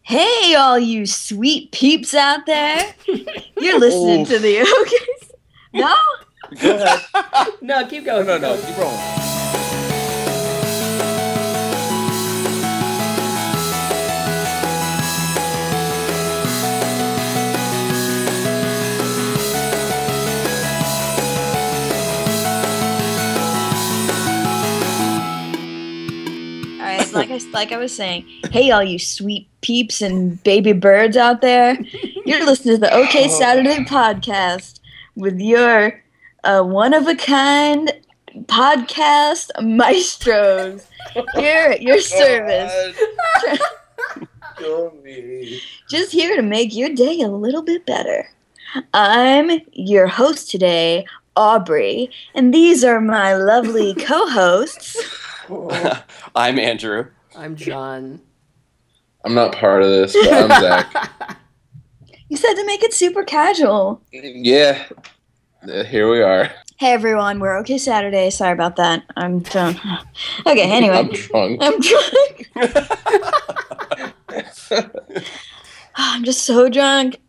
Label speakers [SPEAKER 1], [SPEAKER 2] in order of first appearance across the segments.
[SPEAKER 1] Hey, all you sweet peeps out there. You're listening to the OKC. No?
[SPEAKER 2] Go ahead.
[SPEAKER 3] No, keep
[SPEAKER 2] No,
[SPEAKER 3] going.
[SPEAKER 2] no, no.
[SPEAKER 3] keep going.
[SPEAKER 2] Keep rolling.
[SPEAKER 1] All right, like I, like I was saying, hey, all you sweet peeps and baby birds out there. You're listening to the OK Saturday podcast with your uh, one of a kind podcast maestros here at your service. just here to make your day a little bit better. I'm your host today, Aubrey, and these are my lovely co hosts.
[SPEAKER 4] I'm Andrew.
[SPEAKER 3] I'm John.
[SPEAKER 5] I'm not part of this, but I'm Zach.
[SPEAKER 1] You said to make it super casual.
[SPEAKER 5] yeah, Uh, here we are.
[SPEAKER 1] Hey everyone, we're okay Saturday. Sorry about that. I'm drunk. Okay, anyway.
[SPEAKER 5] I'm drunk.
[SPEAKER 1] I'm drunk. I'm just so drunk.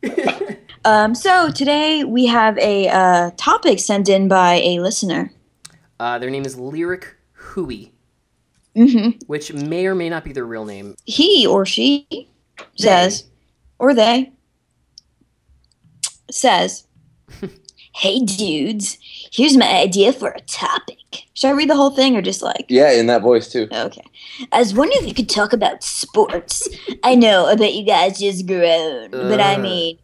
[SPEAKER 1] Um, so today we have a uh, topic sent in by a listener.
[SPEAKER 3] Uh, their name is Lyric Hui,
[SPEAKER 1] hmm
[SPEAKER 3] which may or may not be their real name.
[SPEAKER 1] he or she says, or they says, Hey dudes, here's my idea for a topic. Should I read the whole thing or just like?
[SPEAKER 5] Yeah, in that voice too.
[SPEAKER 1] Okay. I was wondering if you could talk about sports. I know, I bet you guys just groan, but I
[SPEAKER 5] Uh.
[SPEAKER 3] Ugh.
[SPEAKER 1] mean,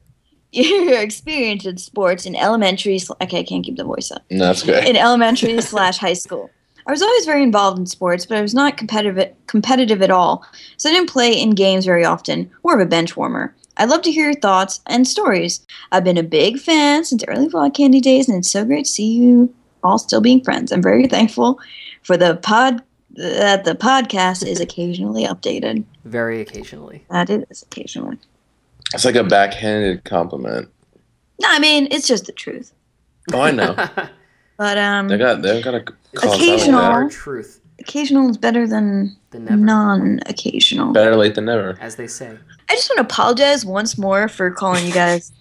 [SPEAKER 1] your experience in sports in elementary. Sl- okay, I can't keep the voice up
[SPEAKER 5] No, that's good.
[SPEAKER 1] in elementary slash high school. I was always very involved in sports, but I was not competitive competitive at all, so I didn't play in games very often, more of a bench warmer. I'd love to hear your thoughts and stories. I've been a big fan since early vlog candy days, and it's so great to see you all still being friends. I'm very thankful for the pod that the podcast is occasionally updated.
[SPEAKER 3] Very occasionally.
[SPEAKER 1] That it is occasionally.
[SPEAKER 5] It's like a backhanded compliment.
[SPEAKER 1] No, I mean it's just the truth.
[SPEAKER 5] Oh, I know.
[SPEAKER 1] But um,
[SPEAKER 5] They got they got a call
[SPEAKER 1] Occasional.
[SPEAKER 5] That.
[SPEAKER 3] Better truth
[SPEAKER 1] occasional is better than
[SPEAKER 3] than never,
[SPEAKER 1] non-occasional.
[SPEAKER 5] Better late than never.
[SPEAKER 3] as they say.
[SPEAKER 1] I just want to apologize once more for calling you guys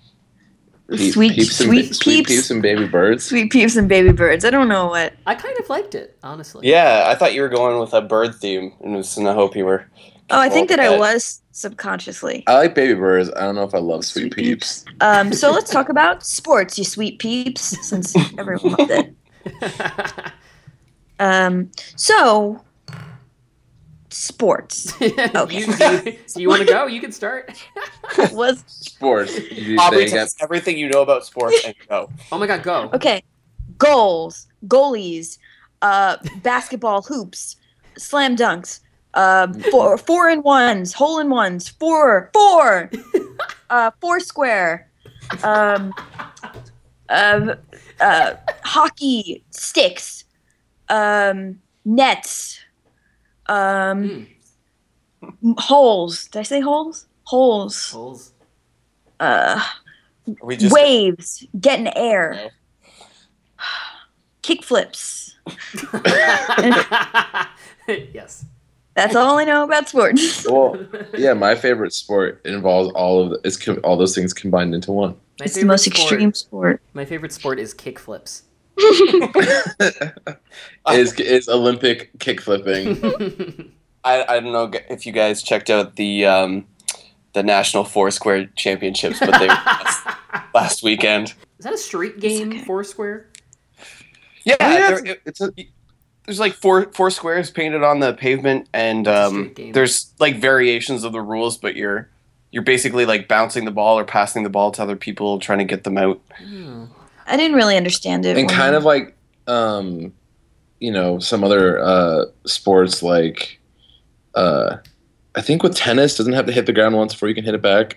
[SPEAKER 5] Pe-
[SPEAKER 1] sweet,
[SPEAKER 5] peeps
[SPEAKER 1] sweet,
[SPEAKER 5] and, ba-
[SPEAKER 1] peeps,
[SPEAKER 5] sweet peeps and baby birds.
[SPEAKER 1] sweet peeps, and baby birds. I don't know what.
[SPEAKER 3] I kind of liked it, honestly.
[SPEAKER 4] Yeah, I thought you were going with a bird theme, and was in the hope you were.
[SPEAKER 1] Oh, I think that I
[SPEAKER 4] Okay.
[SPEAKER 1] was subconsciously.
[SPEAKER 5] I like baby birds. I don't know if I love sweet, peeps.
[SPEAKER 1] Um, so let's talk about sports, you sweet peeps, since everyone loved it. Um, so sports Okay.
[SPEAKER 3] you, do you, do you want to go? You can start.
[SPEAKER 1] was
[SPEAKER 5] Sports. You,
[SPEAKER 4] Aubrey,
[SPEAKER 5] they
[SPEAKER 4] tell
[SPEAKER 5] got,
[SPEAKER 4] us everything you know about sports and go.
[SPEAKER 3] Oh my god, go.
[SPEAKER 1] okay. Goals, goalies, uh, basketball hoops, slam dunks, uh, four four in ones, hole in ones, four four, uh, four square, um, um, uh, hockey sticks, um, nets, um, holes. Did I say holes? Holes.
[SPEAKER 3] Holes.
[SPEAKER 1] Uh,
[SPEAKER 4] Are we just
[SPEAKER 1] waves, getting air,
[SPEAKER 4] No.
[SPEAKER 1] kick flips.
[SPEAKER 3] yes.
[SPEAKER 1] That's all I know about sports.
[SPEAKER 5] well, yeah, my favorite sport involves all of the, it's com- all those things combined into one.
[SPEAKER 3] My
[SPEAKER 1] It's the most
[SPEAKER 3] favorite sport-
[SPEAKER 1] extreme sport.
[SPEAKER 3] My favorite sport is kick flips.
[SPEAKER 5] is is Olympic kick flipping.
[SPEAKER 4] I, I don't know if you guys checked out the um, the National Foursquare Championships, but they were last, last weekend.
[SPEAKER 3] Is that a street game,
[SPEAKER 1] okay.
[SPEAKER 3] Foursquare?
[SPEAKER 4] Yeah,
[SPEAKER 5] Yeah,
[SPEAKER 4] there-
[SPEAKER 5] it's-
[SPEAKER 4] it-
[SPEAKER 5] it's a,
[SPEAKER 4] there's like four four squares painted on the pavement, and
[SPEAKER 3] a
[SPEAKER 4] um,
[SPEAKER 3] street game.
[SPEAKER 4] there's like variations of the rules, but you're you're basically like bouncing the ball or passing the ball to other people, trying to get them out.
[SPEAKER 1] I didn't really understand it.
[SPEAKER 5] and
[SPEAKER 1] when-
[SPEAKER 5] kind of like um you know some other uh sports like uh i think with tennis doesn't have to hit the ground once before you can hit it back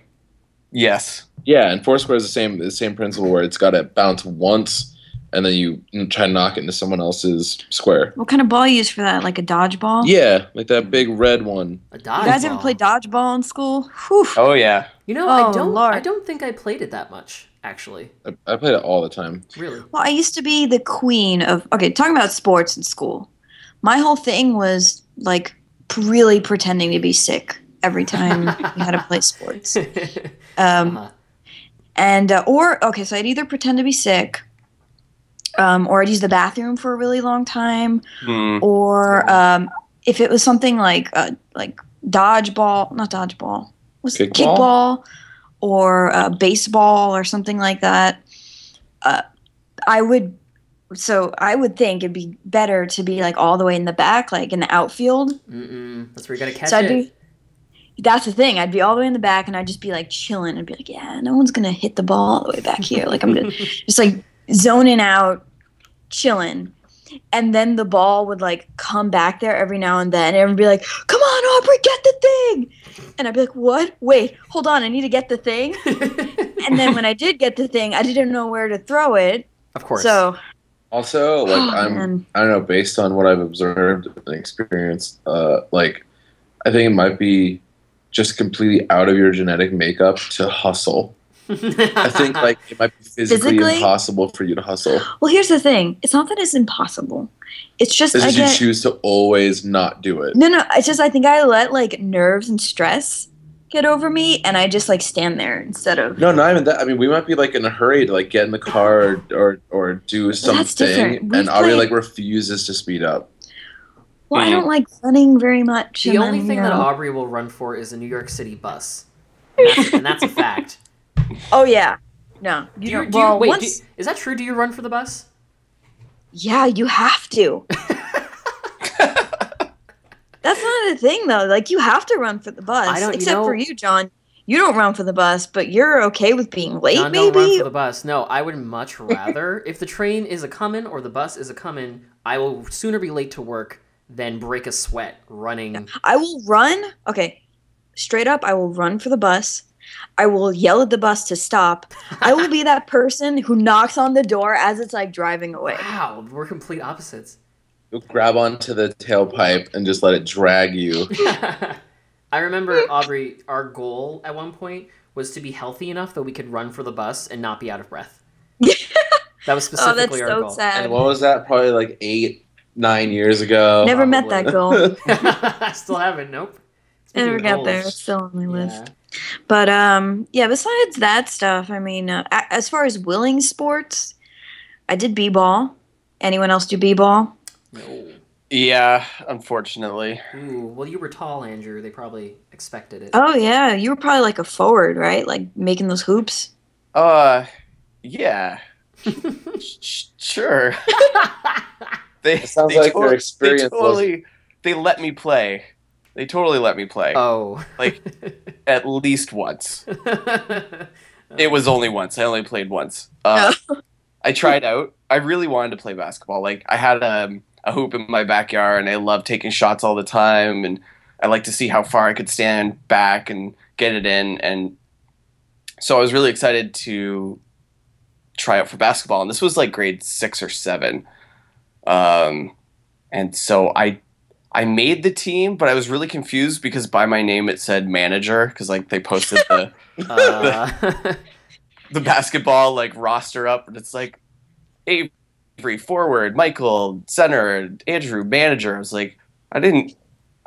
[SPEAKER 4] Yes.
[SPEAKER 5] yeah and foursquare is the same the same principle where it's got to bounce once and then you n- try to knock it into someone else's square
[SPEAKER 1] what kind of ball you use for that? Like a dodgeball?
[SPEAKER 5] yeah like that big red one
[SPEAKER 3] A
[SPEAKER 1] You
[SPEAKER 3] dodgeball.
[SPEAKER 1] guys ever play dodgeball in school? Whew.
[SPEAKER 4] Oh yeah.
[SPEAKER 3] You know,
[SPEAKER 1] Oh,
[SPEAKER 3] I don't.
[SPEAKER 1] Lord.
[SPEAKER 3] I don't think I played it that much, actually.
[SPEAKER 5] i, I played it all the time
[SPEAKER 3] Really.
[SPEAKER 1] Well, I used to be the queen of. Okay, talking about sports in school. My whole thing was like p- really pretending to be sick every time we had to play sports. Um, and uh, or okay, so I'd either pretend to be sick, um, or I'd use the bathroom for a really long time,
[SPEAKER 4] Hmm.
[SPEAKER 1] or
[SPEAKER 3] Oh.
[SPEAKER 1] um, if it was something like uh, like dodgeball, not dodgeball, was it
[SPEAKER 5] Kickball?
[SPEAKER 1] kickball or uh, baseball or something like that. Uh, I would. So I would think it'd be better to be like all the way in the back, like in the outfield.
[SPEAKER 3] Mm-mm. That's where you're gonna catch
[SPEAKER 1] So I'd
[SPEAKER 3] it.
[SPEAKER 1] be, that's the thing. I'd be all the way in the back, and I'd just be like chilling. I'd be like, yeah, no one's gonna hit the ball all the way back here. Like I'm just, just like zoning out, chilling. And then the ball would like come back there every now and then, and everyone would be like, "Come on, Aubrey, get the thing!" And I'd be like, "What? Wait, hold on, I need to get the thing." And then when I did get the thing, I didn't know where to throw it.
[SPEAKER 3] of course.
[SPEAKER 1] So oh,
[SPEAKER 5] Also, like I'm,
[SPEAKER 1] man.
[SPEAKER 5] I don't know, based on what I've observed and experienced, uh, like I think it might be just completely out of your genetic makeup to hustle. I think like it might be physically,
[SPEAKER 1] Physically?
[SPEAKER 5] impossible for you to hustle.
[SPEAKER 1] well, here's the thing: it's not that it's impossible. It's just
[SPEAKER 5] It's
[SPEAKER 1] I
[SPEAKER 5] just you
[SPEAKER 1] get
[SPEAKER 5] choose to always not do it.
[SPEAKER 1] No, no. It's just I think I let like nerves and stress get over me, and I just like stand there instead of.
[SPEAKER 5] No, not even that. I mean, we might be like in a hurry to like get in the car or or do something,
[SPEAKER 1] different.
[SPEAKER 5] and
[SPEAKER 1] We've
[SPEAKER 5] Aubrey
[SPEAKER 1] played-
[SPEAKER 5] like refuses to speed up.
[SPEAKER 1] Well, I don't like running very much.
[SPEAKER 3] the
[SPEAKER 1] and
[SPEAKER 3] only
[SPEAKER 1] I'm,
[SPEAKER 3] thing
[SPEAKER 1] you
[SPEAKER 3] that
[SPEAKER 1] know-
[SPEAKER 3] Aubrey will run for is a New York City bus, and that's, and that's a fact.
[SPEAKER 1] Oh yeah. No. You
[SPEAKER 3] Do you,
[SPEAKER 1] don't-
[SPEAKER 3] do you,
[SPEAKER 1] well,
[SPEAKER 3] wait, do-
[SPEAKER 1] once.
[SPEAKER 3] is that true? Do you run for the bus?
[SPEAKER 1] Yeah, you have to. That's not a thing though. Like you have to run for the bus.
[SPEAKER 3] I don't- you
[SPEAKER 1] except for
[SPEAKER 3] know-
[SPEAKER 1] you, John. You don't run for the bus, but you're okay with being late,
[SPEAKER 3] John,
[SPEAKER 1] maybe.
[SPEAKER 3] don't run for the bus. No, I would much rather if the train is a coming or the bus is a coming, I will sooner be late to work than break a sweat running.
[SPEAKER 1] I will run. Okay, straight up, I will run for the bus. I will yell at the bus to stop. I will be that person who knocks on the door as it's like driving away.
[SPEAKER 3] Wow, we're complete opposites.
[SPEAKER 5] You'll grab onto the tailpipe and just let it drag you.
[SPEAKER 3] I remember Aubrey. Our goal at one point was to be healthy enough that we could run for the bus and not be out of breath. that
[SPEAKER 1] Oh,
[SPEAKER 3] was
[SPEAKER 1] that's
[SPEAKER 3] specifically our
[SPEAKER 1] so
[SPEAKER 3] goal.
[SPEAKER 1] sad.
[SPEAKER 5] And what was that? Probably like eight, nine years ago.
[SPEAKER 1] Never met
[SPEAKER 3] Probably.
[SPEAKER 1] that girl.
[SPEAKER 3] I still haven't. Nope. Speaking
[SPEAKER 1] Never
[SPEAKER 3] of
[SPEAKER 1] got
[SPEAKER 3] goals,
[SPEAKER 1] there. It's still on my list.
[SPEAKER 3] yeah.
[SPEAKER 1] But um, yeah. Besides that stuff, I mean, uh, a- as far as willing sports, I did b-ball. Anyone else do b-ball?
[SPEAKER 3] No.
[SPEAKER 4] Yeah, unfortunately.
[SPEAKER 3] Ooh, well, you were tall, Andrew. They probably expected it.
[SPEAKER 1] Oh yeah, you were probably like a forward, right? Like making those hoops.
[SPEAKER 4] Uh, yeah. Sh- sure. they,
[SPEAKER 5] It sounds
[SPEAKER 4] they
[SPEAKER 5] like
[SPEAKER 4] tot-
[SPEAKER 5] their experience
[SPEAKER 4] They totally. They let me play. They totally let me play
[SPEAKER 5] Uh,
[SPEAKER 3] Oh.
[SPEAKER 4] Like- at least once. It was only once. I only played once. Uh, I tried out. I really wanted to play basketball. Like I had um, a hoop in my backyard, and I loved taking shots all the time. And I liked to see how far I could stand back and get it in. And so I was really excited to try out for basketball. And this was like grade six or seven. Um, and so I. I made the team, but I was really confused because by my name it said manager because like they posted the
[SPEAKER 3] Uh,
[SPEAKER 4] the basketball like roster up, and it's like Avery forward, Michael center, Andrew manager. I was like, I didn't,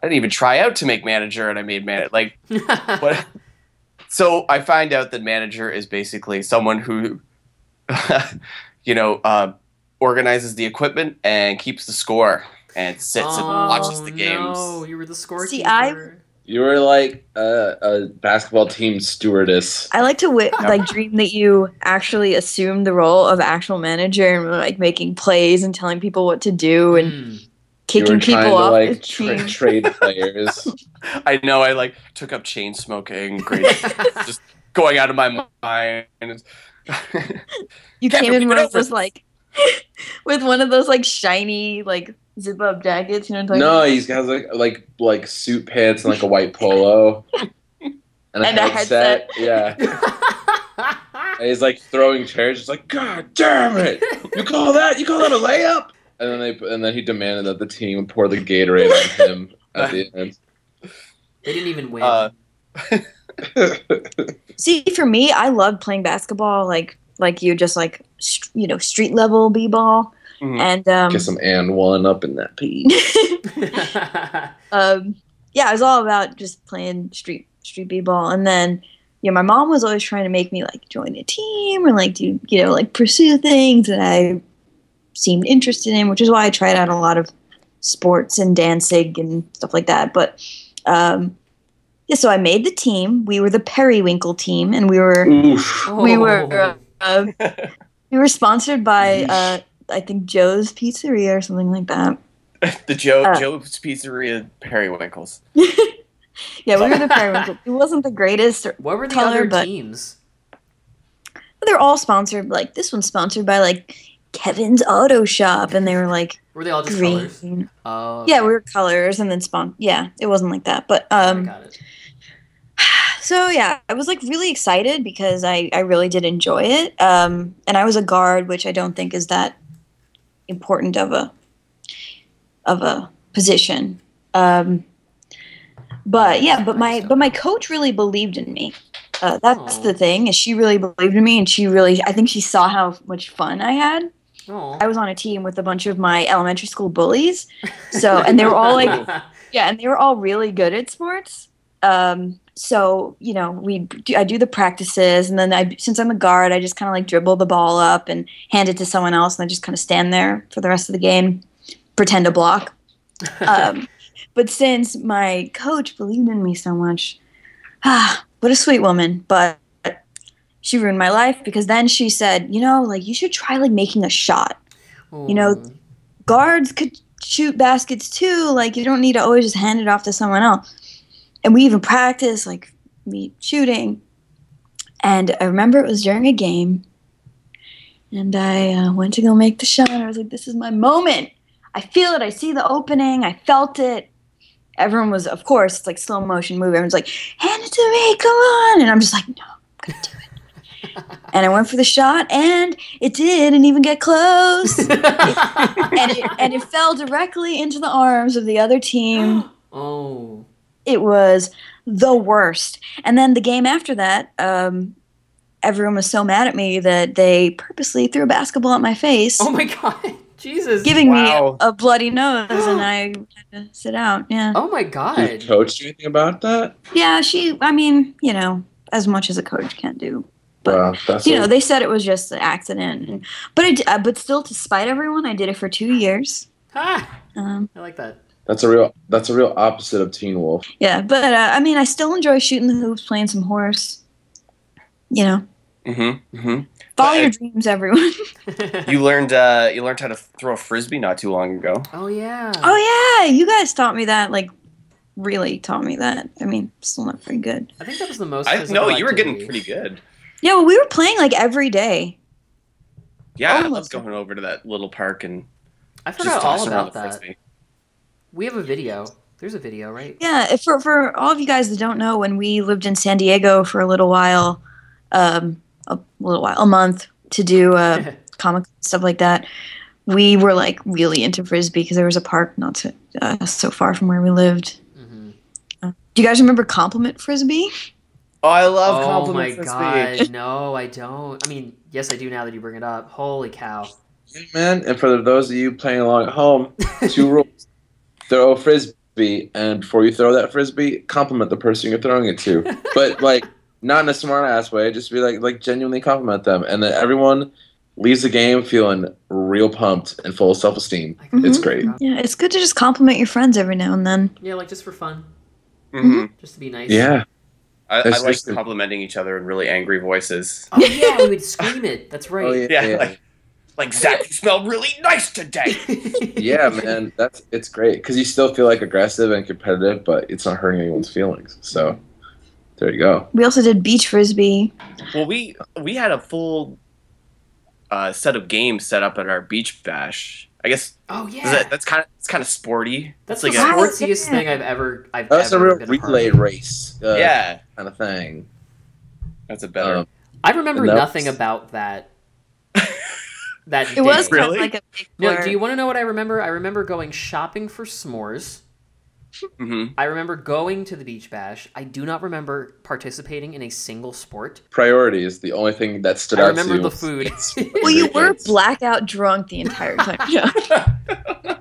[SPEAKER 4] I didn't even try out to make manager, and I made man like what? so I find out that manager is basically someone who, you know, uh, organizes the equipment and keeps the score and sits and watches the games.
[SPEAKER 3] Oh, No, you were the scorekeeper. Hmm.
[SPEAKER 1] See, I-
[SPEAKER 5] You were like a, a basketball team stewardess.
[SPEAKER 1] I like to wi- like dream that you actually assume the role of actual manager and like making plays and telling people what to do and
[SPEAKER 3] Hmm.
[SPEAKER 5] you were
[SPEAKER 1] kicking
[SPEAKER 5] trying
[SPEAKER 1] people
[SPEAKER 5] to
[SPEAKER 1] off the
[SPEAKER 5] like tra-
[SPEAKER 1] team.
[SPEAKER 5] trade players.
[SPEAKER 4] I know I like took up chain smoking, great, just going out of my mind.
[SPEAKER 1] You
[SPEAKER 4] Captain,
[SPEAKER 1] came
[SPEAKER 4] we
[SPEAKER 1] in
[SPEAKER 4] get
[SPEAKER 1] one of
[SPEAKER 4] over
[SPEAKER 1] those
[SPEAKER 4] this.
[SPEAKER 1] like with one of those like shiny like zip up jackets. You know what I'm talking
[SPEAKER 5] no,
[SPEAKER 1] about?
[SPEAKER 5] he has like like like suit pants and like a white polo. And a,
[SPEAKER 1] And a
[SPEAKER 5] headset. Yeah. And he's like throwing chairs, just like, God damn it! You call that you call that a layup? And then they and then he demanded that the team pour the Gatorade on him at the end.
[SPEAKER 3] they didn't even win.
[SPEAKER 4] Uh,
[SPEAKER 1] See, for me, I love playing basketball. Like like you, just like st- you know street level b ball
[SPEAKER 4] Mhm.
[SPEAKER 1] and um,
[SPEAKER 5] Get some and one up in that piece.
[SPEAKER 1] um, yeah, it was all about just playing street street b-ball, and then you know, my mom was always trying to make me like join a team or like do you know like pursue things that I seemed interested in, which is why I tried out a lot of sports and dancing and stuff like that. But um, yeah, so I made the team. We were the Periwinkle team, and we were
[SPEAKER 5] Oof.
[SPEAKER 1] we
[SPEAKER 3] Oh.
[SPEAKER 1] were uh, we were sponsored by uh, I think Joe's Pizzeria or something like that.
[SPEAKER 4] the Joe
[SPEAKER 1] Uh.
[SPEAKER 4] Joe's Pizzeria periwinkles.
[SPEAKER 1] Yeah, we were the Periwinkle. It wasn't the greatest. or-
[SPEAKER 3] What were the
[SPEAKER 1] Color,
[SPEAKER 3] other
[SPEAKER 1] but-
[SPEAKER 3] teams?
[SPEAKER 1] They're all sponsored. Like this one's sponsored by like Kevin's Auto Shop, and they were like
[SPEAKER 3] Were they all just
[SPEAKER 1] green.
[SPEAKER 3] colors? Oh,
[SPEAKER 1] Yeah,
[SPEAKER 3] okay.
[SPEAKER 1] we were colors and then spawn. Yeah, it wasn't like that, but um.
[SPEAKER 3] I got it.
[SPEAKER 1] So yeah, I was like really excited because I I really did enjoy it. Um, and I was a guard, which I don't think is that important of a of a position. Um, but yeah, but my but my coach really believed in me. Uh, that's
[SPEAKER 3] Aw.
[SPEAKER 1] the thing is she really believed in me, and she really I think she saw how much fun I had.
[SPEAKER 3] Oh.
[SPEAKER 1] I was on a team with a bunch of my elementary school bullies, so and they were all like yeah, and they were all really good at sports. Um, so you know, we do, I do the practices, and then I since I'm a guard, I just kind of like dribble the ball up and hand it to someone else, and I just kind of stand there for the rest of the game, pretend to block. Um, but since my coach believed in me so much, ah, what a sweet woman! But she ruined my life because then she said, you know, like you should try like making a shot you know,
[SPEAKER 3] Ooh.
[SPEAKER 1] guards could shoot baskets too. Like you don't need to always just hand it off to someone else. And we even practice like me shooting. And I remember it was during a game, and I uh, went to go make the shot. I was like, "This is my moment. I feel it. I see the opening. I felt it." Everyone was, of course, it's like slow motion movie. Everyone's like, "Hand it to me, come on!" And I'm just like, "No, I'm gonna do it." and I went for the shot, and it didn't even get close and it, and it fell directly into the arms of the other team.
[SPEAKER 3] oh.
[SPEAKER 1] It was the worst. And then the game after that, um, everyone was so mad at me that they purposely threw a basketball at my face,
[SPEAKER 3] Oh my god. Jesus.
[SPEAKER 1] giving
[SPEAKER 4] Wow.
[SPEAKER 1] me a bloody nose, and I had to sit out. Yeah,
[SPEAKER 3] Oh my
[SPEAKER 5] Did
[SPEAKER 3] god.
[SPEAKER 5] your coach do anything about that?
[SPEAKER 1] yeah. She, I mean, you know, as much as a coach can do. But,
[SPEAKER 5] Wow, that's
[SPEAKER 1] You
[SPEAKER 5] a-
[SPEAKER 1] know, they said it was just an accident, and, but I, d- uh, but still, to spite everyone, I did it for two years.
[SPEAKER 3] Ah,
[SPEAKER 1] Um,
[SPEAKER 3] I like that.
[SPEAKER 5] That's a real. That's a real opposite of Teen Wolf.
[SPEAKER 1] Yeah, but uh, I mean, I still enjoy shooting the hoops, playing some horse. You know,
[SPEAKER 4] Mm-hmm. Mm-hmm.
[SPEAKER 1] follow
[SPEAKER 4] But-
[SPEAKER 1] your dreams, everyone.
[SPEAKER 4] You learned uh, you learned how to throw a frisbee not too long ago.
[SPEAKER 3] oh yeah.
[SPEAKER 1] oh yeah, you guys taught me that. Like, really taught me that. I mean, still not very good.
[SPEAKER 3] I think that was the most.
[SPEAKER 4] I
[SPEAKER 3] physical
[SPEAKER 4] no, you were getting
[SPEAKER 3] activity.
[SPEAKER 4] pretty good.
[SPEAKER 1] Yeah, well, we were playing like every day.
[SPEAKER 4] Yeah, I love
[SPEAKER 1] Almost.
[SPEAKER 4] going over to that little park and
[SPEAKER 3] Oh, I forgot
[SPEAKER 4] just
[SPEAKER 3] all
[SPEAKER 4] tossing around
[SPEAKER 3] about
[SPEAKER 4] the
[SPEAKER 3] that.
[SPEAKER 4] frisbee.
[SPEAKER 3] We have a video. There's a video, right?
[SPEAKER 1] Yeah, if- for for all of you guys that don't know, when we lived in San Diego for a little while, um, a little while, a month to do uh, comic stuff like that. We were like really into frisbee because there was a park not so, uh, so far from where we lived.
[SPEAKER 3] hmm
[SPEAKER 1] Do you guys remember compliment frisbee?
[SPEAKER 4] Oh, I love
[SPEAKER 3] Oh my
[SPEAKER 4] compliment frisbee.
[SPEAKER 3] god. No, I don't. I mean, yes, I do now that you bring it up. Holy cow.
[SPEAKER 5] Yeah, man. And for those of you playing along at home, two rules: throw a frisbee, and before you throw that frisbee, compliment the person you're throwing it to. But like, not in a smart ass way. Just be like, like genuinely compliment them, and then everyone leaves the game feeling real pumped and full of self esteem.
[SPEAKER 3] I completely
[SPEAKER 1] It's
[SPEAKER 5] great.
[SPEAKER 3] forgot.
[SPEAKER 1] Yeah, it's good to just compliment your friends every now and then.
[SPEAKER 3] Yeah, like just for fun,
[SPEAKER 4] Mhm.
[SPEAKER 3] just to be nice.
[SPEAKER 5] Yeah.
[SPEAKER 4] I, I
[SPEAKER 5] It's
[SPEAKER 4] like
[SPEAKER 5] just-
[SPEAKER 4] complimenting each other in really angry voices.
[SPEAKER 3] Oh yeah, we would scream it. That's right.
[SPEAKER 5] Oh yeah.
[SPEAKER 4] Yeah,
[SPEAKER 5] yeah.
[SPEAKER 4] like- Like Zach, you smell really nice today.
[SPEAKER 5] yeah, man, that's it's great because you still feel like aggressive and competitive, but it's not hurting anyone's feelings. So there you go.
[SPEAKER 1] We also did beach frisbee.
[SPEAKER 4] well, we we had a full uh, set of games set up at our beach bash. I guess
[SPEAKER 3] Oh
[SPEAKER 4] is
[SPEAKER 3] yeah.
[SPEAKER 4] that, that's kind of it's kind of sporty.
[SPEAKER 3] That's
[SPEAKER 4] It's
[SPEAKER 3] the
[SPEAKER 4] like
[SPEAKER 1] a-
[SPEAKER 3] sportsiest
[SPEAKER 1] Yeah.
[SPEAKER 3] thing I've ever. I've
[SPEAKER 5] That's a
[SPEAKER 3] ever
[SPEAKER 5] real
[SPEAKER 3] been a part
[SPEAKER 5] relay
[SPEAKER 3] of.
[SPEAKER 5] race, uh,
[SPEAKER 4] yeah,
[SPEAKER 5] kind of thing.
[SPEAKER 4] that's a better.
[SPEAKER 5] Um,
[SPEAKER 3] I remember
[SPEAKER 5] And that
[SPEAKER 3] nothing
[SPEAKER 5] was-
[SPEAKER 3] about that. that
[SPEAKER 1] It was
[SPEAKER 3] day.
[SPEAKER 1] kind
[SPEAKER 4] Really?
[SPEAKER 1] of like a big
[SPEAKER 3] No,
[SPEAKER 1] blur.
[SPEAKER 3] do you want to know what I remember? I remember going shopping for s'mores.
[SPEAKER 4] hmm
[SPEAKER 3] I remember going to the beach bash. I do not remember participating in a single sport.
[SPEAKER 5] priority is the only thing that stood
[SPEAKER 3] I
[SPEAKER 5] out.
[SPEAKER 3] remember
[SPEAKER 5] to
[SPEAKER 3] the food.
[SPEAKER 1] well, you were
[SPEAKER 5] Yes.
[SPEAKER 1] blackout drunk the entire time. yeah.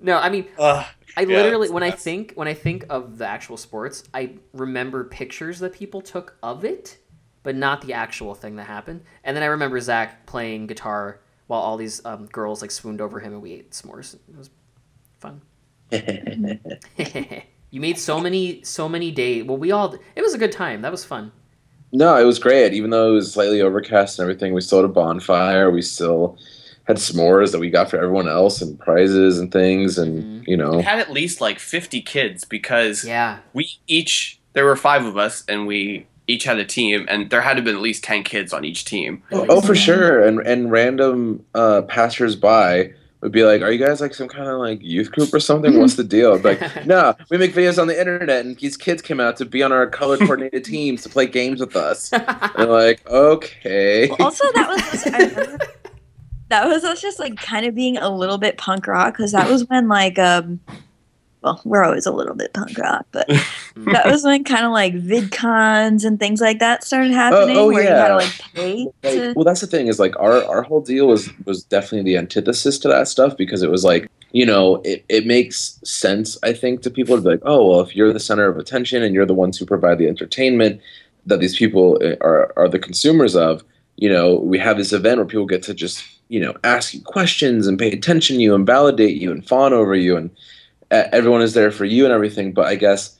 [SPEAKER 3] no, I mean,
[SPEAKER 4] Uh,
[SPEAKER 3] I literally when I think when I think of the actual sports, I remember pictures that people took of it, but not the actual thing that happened. And then I remember Zach playing guitar while all these um, girls like swooned over him and we ate s'mores. It was fun. you made so many so many days. Well, we all it was a good time. That was fun.
[SPEAKER 5] No, it was great. Even though it was slightly overcast and everything, we still had a bonfire. We still had s'mores that we got for everyone else and prizes and things. And,
[SPEAKER 3] Mhm.
[SPEAKER 5] you
[SPEAKER 4] We
[SPEAKER 5] know,
[SPEAKER 4] had at least like 50 kids because
[SPEAKER 3] Yeah.
[SPEAKER 4] we each, there were five of us and we each had a team and there had to have been at least 10 kids on each team.
[SPEAKER 5] oh, oh, for sure. And, and random uh, passers by would be like, Are you guys like some kind of like youth group or something? What's the deal? I'd be like, No, we make videos on the internet and these kids came out to be on our color coordinated teams to play games with us.
[SPEAKER 3] Mm-hmm.
[SPEAKER 5] And I'm like, Okay.
[SPEAKER 1] Well, also, that was us, I remember, that was us just like kind of being a little bit punk rock because that was when like um, well, we're always a little bit punk rock, but that was when kind of like VidCons and things like that started happening
[SPEAKER 5] oh,
[SPEAKER 1] where you had
[SPEAKER 5] yeah.
[SPEAKER 1] to like pay to.
[SPEAKER 5] Like, well, that's the thing is like our our whole deal was was definitely the antithesis to that stuff because it was like you know it, it makes sense I think to people to be like oh well if you're the center of attention and you're the ones who provide the entertainment that these people eh, are are the consumers of you know we have this event where people get to just you know ask you questions and pay attention to you and validate you and fawn over you and uh, everyone is there for you and everything but I guess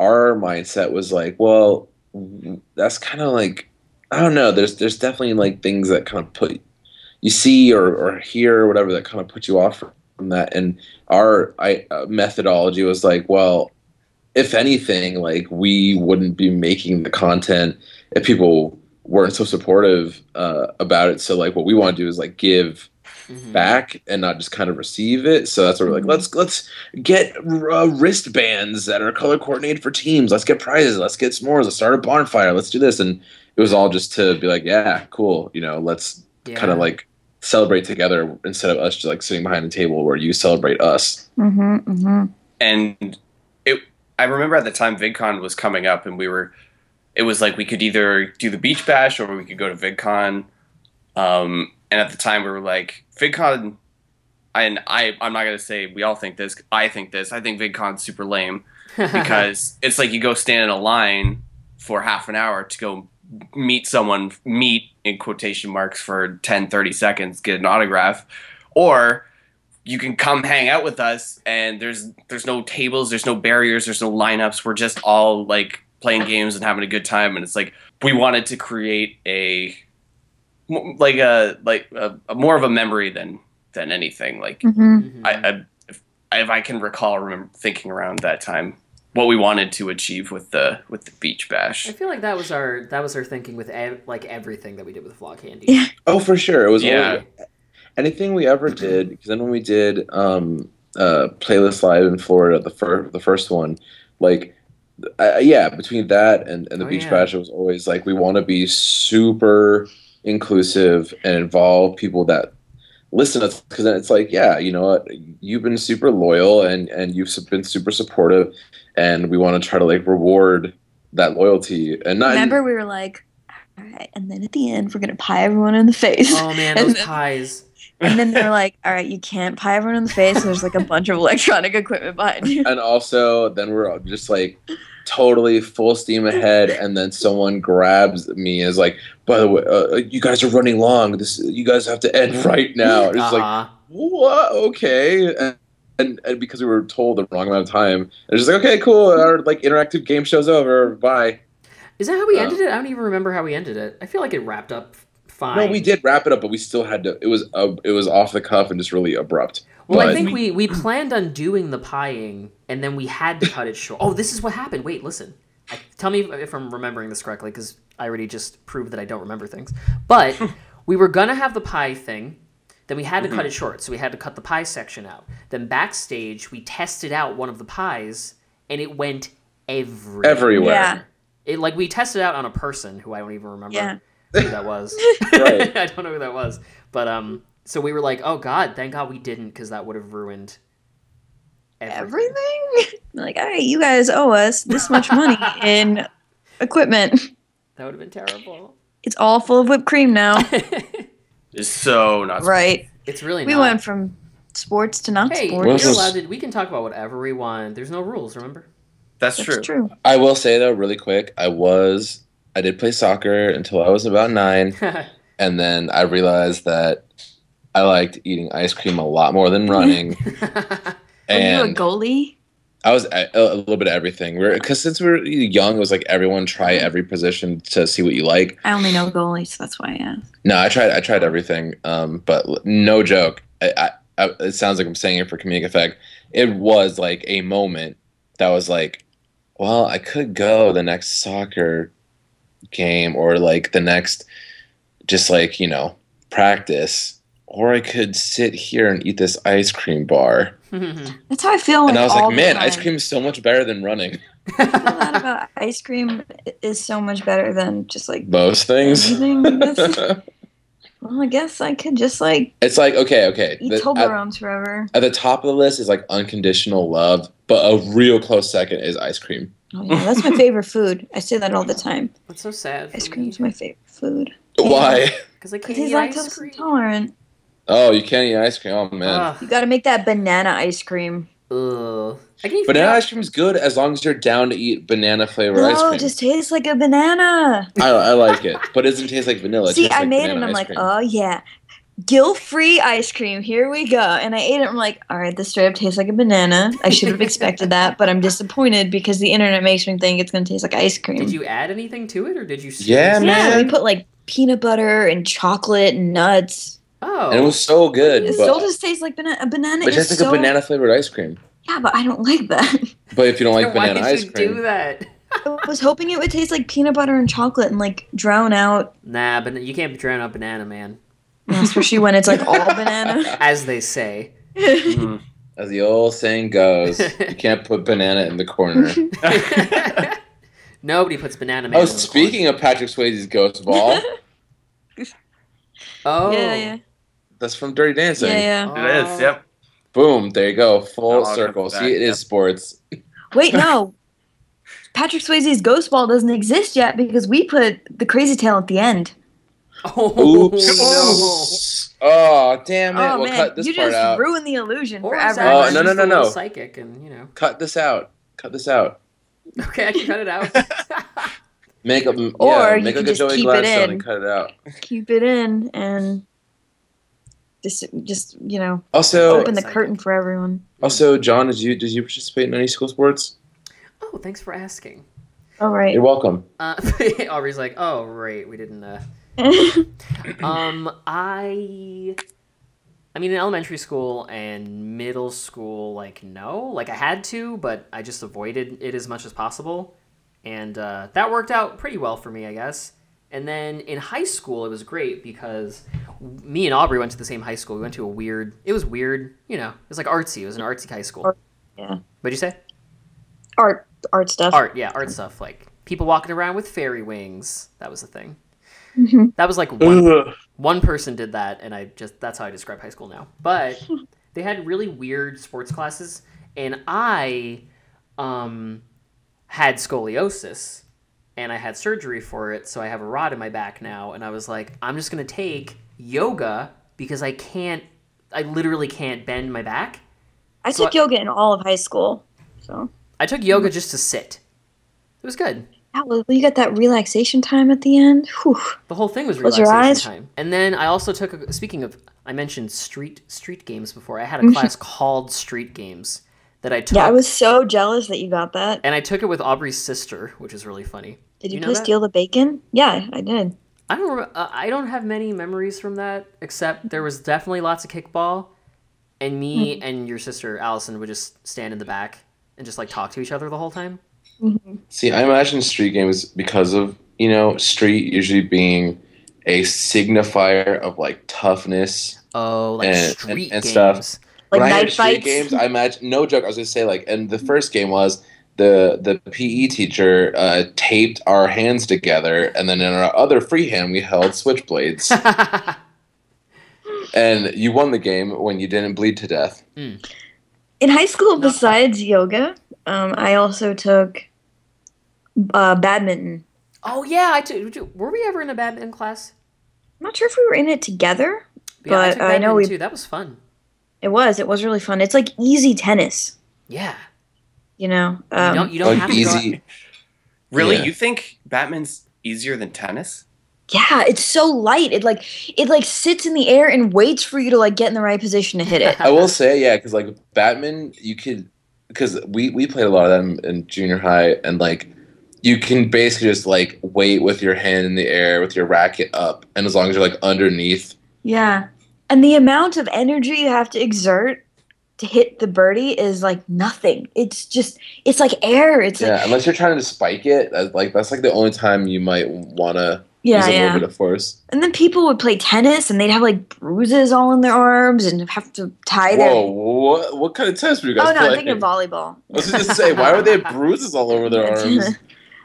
[SPEAKER 5] our mindset was like well that's kind of like I don't know. There's there's definitely like things that kind of put you see or, or hear or whatever that kind of put you off from that. And our I, uh, methodology was like, well, if anything, like we wouldn't be making the content if people weren't so supportive uh, about it. So like, what we want to do is like give
[SPEAKER 3] Mhm.
[SPEAKER 5] back and not just kind of receive it. So that's where we're like, let's let's get uh, wristbands that are color coordinated for teams. Let's get prizes. Let's get s'mores. Let's start a bonfire. Let's do this. And it was all just to be like, yeah, cool. You know, let's
[SPEAKER 3] Yeah.
[SPEAKER 5] kind of like celebrate together instead of us just like sitting behind a table where you celebrate us.
[SPEAKER 1] Mm-hmm, mm-hmm.
[SPEAKER 4] and it i remember at the time vidcon was coming up and we were it was like we could either do the beach bash or we could go to vidcon um, and at the time we were like vidcon and i i'm not going to say we all think this i think this i think vidcon's super lame because it's like you go stand in a line for half an hour to go meet someone meet in quotation marks for 10 30 seconds get an autograph or you can come hang out with us and there's there's no tables there's no barriers there's no lineups we're just all like playing games and having a good time and it's like we wanted to create a m- like a like a, a more of a memory than than anything like
[SPEAKER 1] Mm-hmm.
[SPEAKER 3] Mhm.
[SPEAKER 4] I, I if, if I can recall, remember thinking around that time what we wanted to achieve with the with the beach bash.
[SPEAKER 3] I feel like that was our that was our thinking with ev- like everything that we did with Vlog Handy.
[SPEAKER 1] Yeah.
[SPEAKER 5] Oh, for sure. It was
[SPEAKER 4] Yeah.
[SPEAKER 5] all- anything we ever did. Because then when we did um, uh, playlist live in Florida, the first the first one, like uh, yeah, between that and, and the
[SPEAKER 3] Oh,
[SPEAKER 5] Beach
[SPEAKER 3] yeah.
[SPEAKER 5] Bash, it was always like we want to be super inclusive and involve people that listen to us because then it's like yeah you know what you've been super loyal and and you've su- been super supportive and we want to try to like reward that loyalty and not
[SPEAKER 1] Remember, we were like, all right, and then at the end, we're gonna pie everyone in the face.
[SPEAKER 3] Oh man,
[SPEAKER 1] And
[SPEAKER 3] those
[SPEAKER 1] then-
[SPEAKER 3] pies.
[SPEAKER 1] And then they're like, all right, you can't pie everyone in the face. There's like a bunch of electronic equipment behind you.
[SPEAKER 5] and also then we're all just like totally full steam ahead and then someone grabs me and is like by the way uh, you guys are running long this you guys have to end right now it's like
[SPEAKER 3] Uh-uh.
[SPEAKER 5] what okay and, and, and because we were told the wrong amount of time it's just like okay cool our like interactive game show's over bye
[SPEAKER 3] Is that how we
[SPEAKER 5] Uh,
[SPEAKER 3] ended it? I don't even remember how we ended it. I feel like it wrapped up fine.
[SPEAKER 5] no we did wrap it up but we still had to it was uh, it was off the cuff and just really abrupt
[SPEAKER 3] Well, I
[SPEAKER 5] but-
[SPEAKER 3] think we we planned on doing the pieing, and then we had to cut it short. Oh, this is what happened. Wait, listen. I, tell me if, if I'm remembering this correctly, because I already just proved that I don't remember things. But we were gonna have the pie thing. Then we had to
[SPEAKER 5] Mm-hmm.
[SPEAKER 3] cut it short, so we had to cut the pie section out. Then backstage, we tested out one of the pies, and it went everywhere.
[SPEAKER 5] everywhere
[SPEAKER 1] Yeah.
[SPEAKER 3] It like we tested out on a person who I don't even remember
[SPEAKER 1] Yeah.
[SPEAKER 3] who that was.
[SPEAKER 5] Right.
[SPEAKER 3] I don't know who that was. But um so we were like, "Oh god, thank god we didn't cuz that would have ruined everything."
[SPEAKER 1] Everything? like, all right, you guys owe us this much money in equipment.
[SPEAKER 3] That would have been terrible.
[SPEAKER 1] It's all full of whipped cream now.
[SPEAKER 4] It's so not
[SPEAKER 1] right.
[SPEAKER 3] It's really
[SPEAKER 1] We
[SPEAKER 3] not.
[SPEAKER 1] went from sports to not
[SPEAKER 3] Hey,
[SPEAKER 1] sports.
[SPEAKER 5] What's
[SPEAKER 3] you're
[SPEAKER 5] this?
[SPEAKER 3] allowed to, we can talk about whatever we want. There's no rules, remember?
[SPEAKER 4] That's,
[SPEAKER 1] That's
[SPEAKER 4] true.
[SPEAKER 1] true.
[SPEAKER 5] I will say though, really quick, I was I did play soccer until I was about nine, and then I realized that I liked eating ice cream a lot more than running.
[SPEAKER 1] Are you a
[SPEAKER 5] and
[SPEAKER 1] goalie?
[SPEAKER 5] I was a, a little bit of everything. Because since we were young, it was like everyone try every position to see what you like.
[SPEAKER 1] I only know goalies, so that's why I asked.
[SPEAKER 5] No, I tried. I tried everything. Um, but l- no joke. I, I, I, it sounds like I'm saying it for comedic effect. It was like a moment that was like, well, I could go the next soccer game or like the next, just like you know, practice, or I could sit here and eat this ice cream bar.
[SPEAKER 1] That's how I feel. Like,
[SPEAKER 5] and I was
[SPEAKER 1] Oh, all
[SPEAKER 5] like,
[SPEAKER 1] the
[SPEAKER 5] man,
[SPEAKER 1] time.
[SPEAKER 5] ice cream is so much better than running.
[SPEAKER 1] I feel that about ice cream is so much better than just like
[SPEAKER 5] Most things.
[SPEAKER 1] anything. That's-
[SPEAKER 5] it's
[SPEAKER 1] well, I guess I could just like
[SPEAKER 5] like okay, okay.
[SPEAKER 1] eat
[SPEAKER 5] the- I-
[SPEAKER 1] Toblerones forever.
[SPEAKER 5] At the top of the list is like unconditional love, but a real close second is ice cream.
[SPEAKER 1] Oh, yeah, that's my favorite food. I say that all the time.
[SPEAKER 3] That's so sad.
[SPEAKER 1] Ice cream's my favorite food.
[SPEAKER 3] Oh.
[SPEAKER 5] Why?
[SPEAKER 3] Because I can't
[SPEAKER 1] Because he's
[SPEAKER 3] eat ice
[SPEAKER 1] lactose
[SPEAKER 3] cream.
[SPEAKER 1] intolerant.
[SPEAKER 5] Oh, you can't eat ice cream. Oh man.
[SPEAKER 3] Ugh.
[SPEAKER 1] You got to make that banana ice cream.
[SPEAKER 3] Ugh. I can eat
[SPEAKER 5] banana
[SPEAKER 3] fruit.
[SPEAKER 5] ice cream is good as long as you're down to eat banana flavored ice
[SPEAKER 1] No,
[SPEAKER 5] cream.
[SPEAKER 1] Oh, it just tastes like a banana.
[SPEAKER 5] I, I like it, but it doesn't taste like vanilla. It
[SPEAKER 1] See,
[SPEAKER 5] tastes
[SPEAKER 1] I
[SPEAKER 5] like
[SPEAKER 1] made it and
[SPEAKER 5] banana
[SPEAKER 1] I'm
[SPEAKER 5] ice
[SPEAKER 1] like,
[SPEAKER 5] cream.
[SPEAKER 1] oh yeah, guilt-free ice cream. Here we go. And I ate it. I'm like, all right, this straight up tastes like a banana. I should have expected that, but I'm disappointed because the internet makes me think it's gonna taste like ice cream.
[SPEAKER 3] Did you add anything to it, or did you?
[SPEAKER 5] Yeah,
[SPEAKER 1] yeah,
[SPEAKER 5] man.
[SPEAKER 1] we put like peanut butter and chocolate and nuts.
[SPEAKER 3] Oh,
[SPEAKER 5] and it was so good.
[SPEAKER 1] It
[SPEAKER 5] but,
[SPEAKER 1] still just tastes like banana. A banana
[SPEAKER 5] but it
[SPEAKER 1] is
[SPEAKER 5] tastes like
[SPEAKER 1] so
[SPEAKER 5] a banana flavored ice cream.
[SPEAKER 1] Yeah, but I don't like that.
[SPEAKER 5] But if you don't like
[SPEAKER 3] Why
[SPEAKER 5] banana
[SPEAKER 3] did
[SPEAKER 5] ice
[SPEAKER 3] you
[SPEAKER 5] cream,
[SPEAKER 3] do that?
[SPEAKER 1] I was hoping it would taste like peanut butter and chocolate and like drown out.
[SPEAKER 3] Nah, but you can't drown a banana, man.
[SPEAKER 1] Especially when it's like all banana.
[SPEAKER 3] As they say.
[SPEAKER 4] Mm.
[SPEAKER 5] as the old saying goes, you can't put banana in the corner.
[SPEAKER 4] Mm-hmm.
[SPEAKER 3] Nobody puts banana. Man
[SPEAKER 5] oh,
[SPEAKER 3] in the
[SPEAKER 5] speaking of Patrick Swayze's ghost ball,
[SPEAKER 3] corner. Oh,
[SPEAKER 1] Yeah, yeah.
[SPEAKER 5] that's from Dirty Dancing.
[SPEAKER 1] Yeah, yeah.
[SPEAKER 4] It
[SPEAKER 3] Oh.
[SPEAKER 4] is. Yep.
[SPEAKER 5] Boom, there you go. Full
[SPEAKER 4] I'll come
[SPEAKER 5] circle.
[SPEAKER 4] back,
[SPEAKER 5] See, it
[SPEAKER 4] yeah.
[SPEAKER 5] is sports.
[SPEAKER 1] Wait, no. Patrick Swayze's Ghost Ball doesn't exist yet because we put the crazy tail at the end.
[SPEAKER 3] Oh, no.
[SPEAKER 5] Oops. Oh, damn it.
[SPEAKER 1] oh
[SPEAKER 5] we'll
[SPEAKER 1] man,
[SPEAKER 5] cut this
[SPEAKER 1] you
[SPEAKER 5] part
[SPEAKER 1] just
[SPEAKER 5] out.
[SPEAKER 1] ruined the illusion
[SPEAKER 3] Or
[SPEAKER 1] forever.
[SPEAKER 5] Oh,
[SPEAKER 3] Zach
[SPEAKER 5] no, no,
[SPEAKER 3] is just
[SPEAKER 5] no,
[SPEAKER 3] a little
[SPEAKER 5] no.
[SPEAKER 3] Psychic, and you know.
[SPEAKER 5] cut this out. Cut this out.
[SPEAKER 3] Okay, I can cut it out.
[SPEAKER 5] Make a
[SPEAKER 1] Or
[SPEAKER 5] yeah,
[SPEAKER 1] you
[SPEAKER 5] make
[SPEAKER 1] can
[SPEAKER 5] like a
[SPEAKER 1] just
[SPEAKER 5] Joey
[SPEAKER 1] keep it in.
[SPEAKER 5] Gladstone and cut it out.
[SPEAKER 1] Keep it in and just, just you know,
[SPEAKER 5] Also,
[SPEAKER 1] open the
[SPEAKER 3] Psychic.
[SPEAKER 1] curtain for everyone.
[SPEAKER 5] also, John, did you did you participate in any school sports?
[SPEAKER 3] oh, thanks for asking.
[SPEAKER 1] All right.
[SPEAKER 5] You're welcome.
[SPEAKER 3] Uh, Aubrey's like, oh right, we didn't. Uh... Um, I, I mean, in elementary school and middle school, like no, like I had to, but I just avoided it as much as possible, and uh, that worked out pretty well for me, I guess. And then in high school, it was great because me and Aubrey went to the same high school. We went to a weird. It was weird, you know. It was like artsy. It was an artsy high school.
[SPEAKER 1] Yeah.
[SPEAKER 3] What'd you say?
[SPEAKER 1] art art stuff.
[SPEAKER 3] art yeah art stuff like people walking around with fairy wings that was the thing
[SPEAKER 1] Mhm.
[SPEAKER 3] that was like one, one person did that and i just that's how i describe high school now but they had really weird sports classes and i um had scoliosis and i had surgery for it so i have a rod in my back now and i was like i'm just going to take yoga because i can't i literally can't bend my back
[SPEAKER 1] I
[SPEAKER 3] So
[SPEAKER 1] took yoga in all of high school, so
[SPEAKER 3] i took yoga just to sit it was good
[SPEAKER 1] that was you got that relaxation time at the end. Whew.
[SPEAKER 3] The whole thing was
[SPEAKER 1] Close your
[SPEAKER 3] relaxation
[SPEAKER 1] eyes.
[SPEAKER 3] time. And then I also took. A, speaking of, I mentioned street street games before. I had a class called Street Games that I took,
[SPEAKER 1] Mm-hmm. Yeah, I was so jealous that you got that.
[SPEAKER 3] and I took it with Aubrey's sister, which is really funny.
[SPEAKER 1] Did you,
[SPEAKER 3] You know
[SPEAKER 1] play
[SPEAKER 3] that?
[SPEAKER 1] steal the bacon? Yeah, I did.
[SPEAKER 3] I don't. remem- Uh, I don't have many memories from that, except there was definitely lots of kickball, and
[SPEAKER 1] Hmm.
[SPEAKER 3] me and your sister Allison would just stand in the back and just like talk to each other the whole time.
[SPEAKER 1] Mm-hmm.
[SPEAKER 5] See, I imagine street games because of you know street usually being a signifier of like toughness
[SPEAKER 3] Oh, like
[SPEAKER 5] And- and-
[SPEAKER 3] street
[SPEAKER 5] and
[SPEAKER 3] games.
[SPEAKER 5] stuff.
[SPEAKER 1] Like
[SPEAKER 5] when I
[SPEAKER 1] night
[SPEAKER 5] had street
[SPEAKER 1] fights.
[SPEAKER 5] games, I imagine no joke. I was gonna say like, and the first game was the the PE teacher uh, taped our hands together, and then in our other free hand we held switchblades, and you won the game when you didn't bleed to death.
[SPEAKER 1] In high school,
[SPEAKER 3] No.
[SPEAKER 1] besides yoga, um, I also took uh, badminton.
[SPEAKER 3] oh yeah, I took. Were we ever in a badminton class?
[SPEAKER 1] I'm not sure if we were in it together.
[SPEAKER 3] yeah, I
[SPEAKER 1] But
[SPEAKER 3] took
[SPEAKER 1] I know
[SPEAKER 3] badminton
[SPEAKER 1] we-
[SPEAKER 3] too. That was fun.
[SPEAKER 1] It was. It was really fun. It's like easy tennis,
[SPEAKER 3] Yeah.
[SPEAKER 1] you know.
[SPEAKER 3] you
[SPEAKER 1] Um,
[SPEAKER 3] don't, you don't
[SPEAKER 5] like
[SPEAKER 3] have to go
[SPEAKER 5] Oh, easy.
[SPEAKER 4] Really?
[SPEAKER 5] Yeah.
[SPEAKER 4] You think Batman's easier than tennis?
[SPEAKER 1] yeah, it's so light. It like it like sits in the air and waits for you to like get in the right position to hit it.
[SPEAKER 5] I will say, yeah, because like Batman, you could because we we played a lot of them in junior high, and like you can basically just like wait with your hand in the air with your racket up, and as long as you're like underneath,
[SPEAKER 1] Yeah. And the amount of energy you have to exert to hit the birdie is like nothing. It's just it's like air. It's
[SPEAKER 5] yeah,
[SPEAKER 1] like
[SPEAKER 5] unless you're trying to spike it, that's, like that's like the only time you might want to use
[SPEAKER 1] yeah,
[SPEAKER 5] a
[SPEAKER 1] yeah.
[SPEAKER 5] little bit of force.
[SPEAKER 1] And then people would play tennis and they'd have like bruises all in their arms and have to tie their
[SPEAKER 5] Whoa, what what kind of tennis were you guys
[SPEAKER 1] Oh no, I'm
[SPEAKER 5] playing?
[SPEAKER 1] thinking of volleyball.
[SPEAKER 5] I was just gonna say, why were they bruises all over their arms?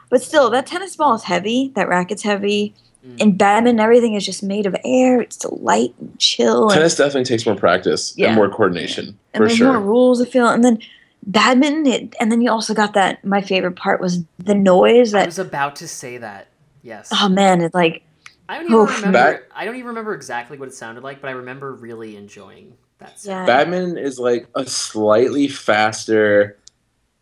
[SPEAKER 1] but still, that tennis ball is heavy. That racket's heavy.
[SPEAKER 3] Mm.
[SPEAKER 1] And badminton, everything is just made of air. It's so light and chill. And,
[SPEAKER 5] Tennis definitely takes more practice
[SPEAKER 1] Yeah.
[SPEAKER 5] and more coordination
[SPEAKER 1] and
[SPEAKER 5] for
[SPEAKER 1] there's
[SPEAKER 5] sure.
[SPEAKER 1] more rules, I feel. And then badminton, it, and then you also got that. My favorite part was the noise
[SPEAKER 3] I
[SPEAKER 1] that
[SPEAKER 3] was about to say that. Yes.
[SPEAKER 1] oh man, it's like
[SPEAKER 3] I don't even
[SPEAKER 1] Oof.
[SPEAKER 3] remember.
[SPEAKER 5] Back-
[SPEAKER 3] I don't even remember exactly what it sounded like, but I remember really enjoying that.
[SPEAKER 1] yeah.
[SPEAKER 3] Sound.
[SPEAKER 5] Batman is like a slightly faster